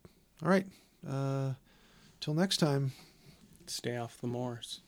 Speaker 8: all right. Uh, till next time.
Speaker 5: Stay off the moors.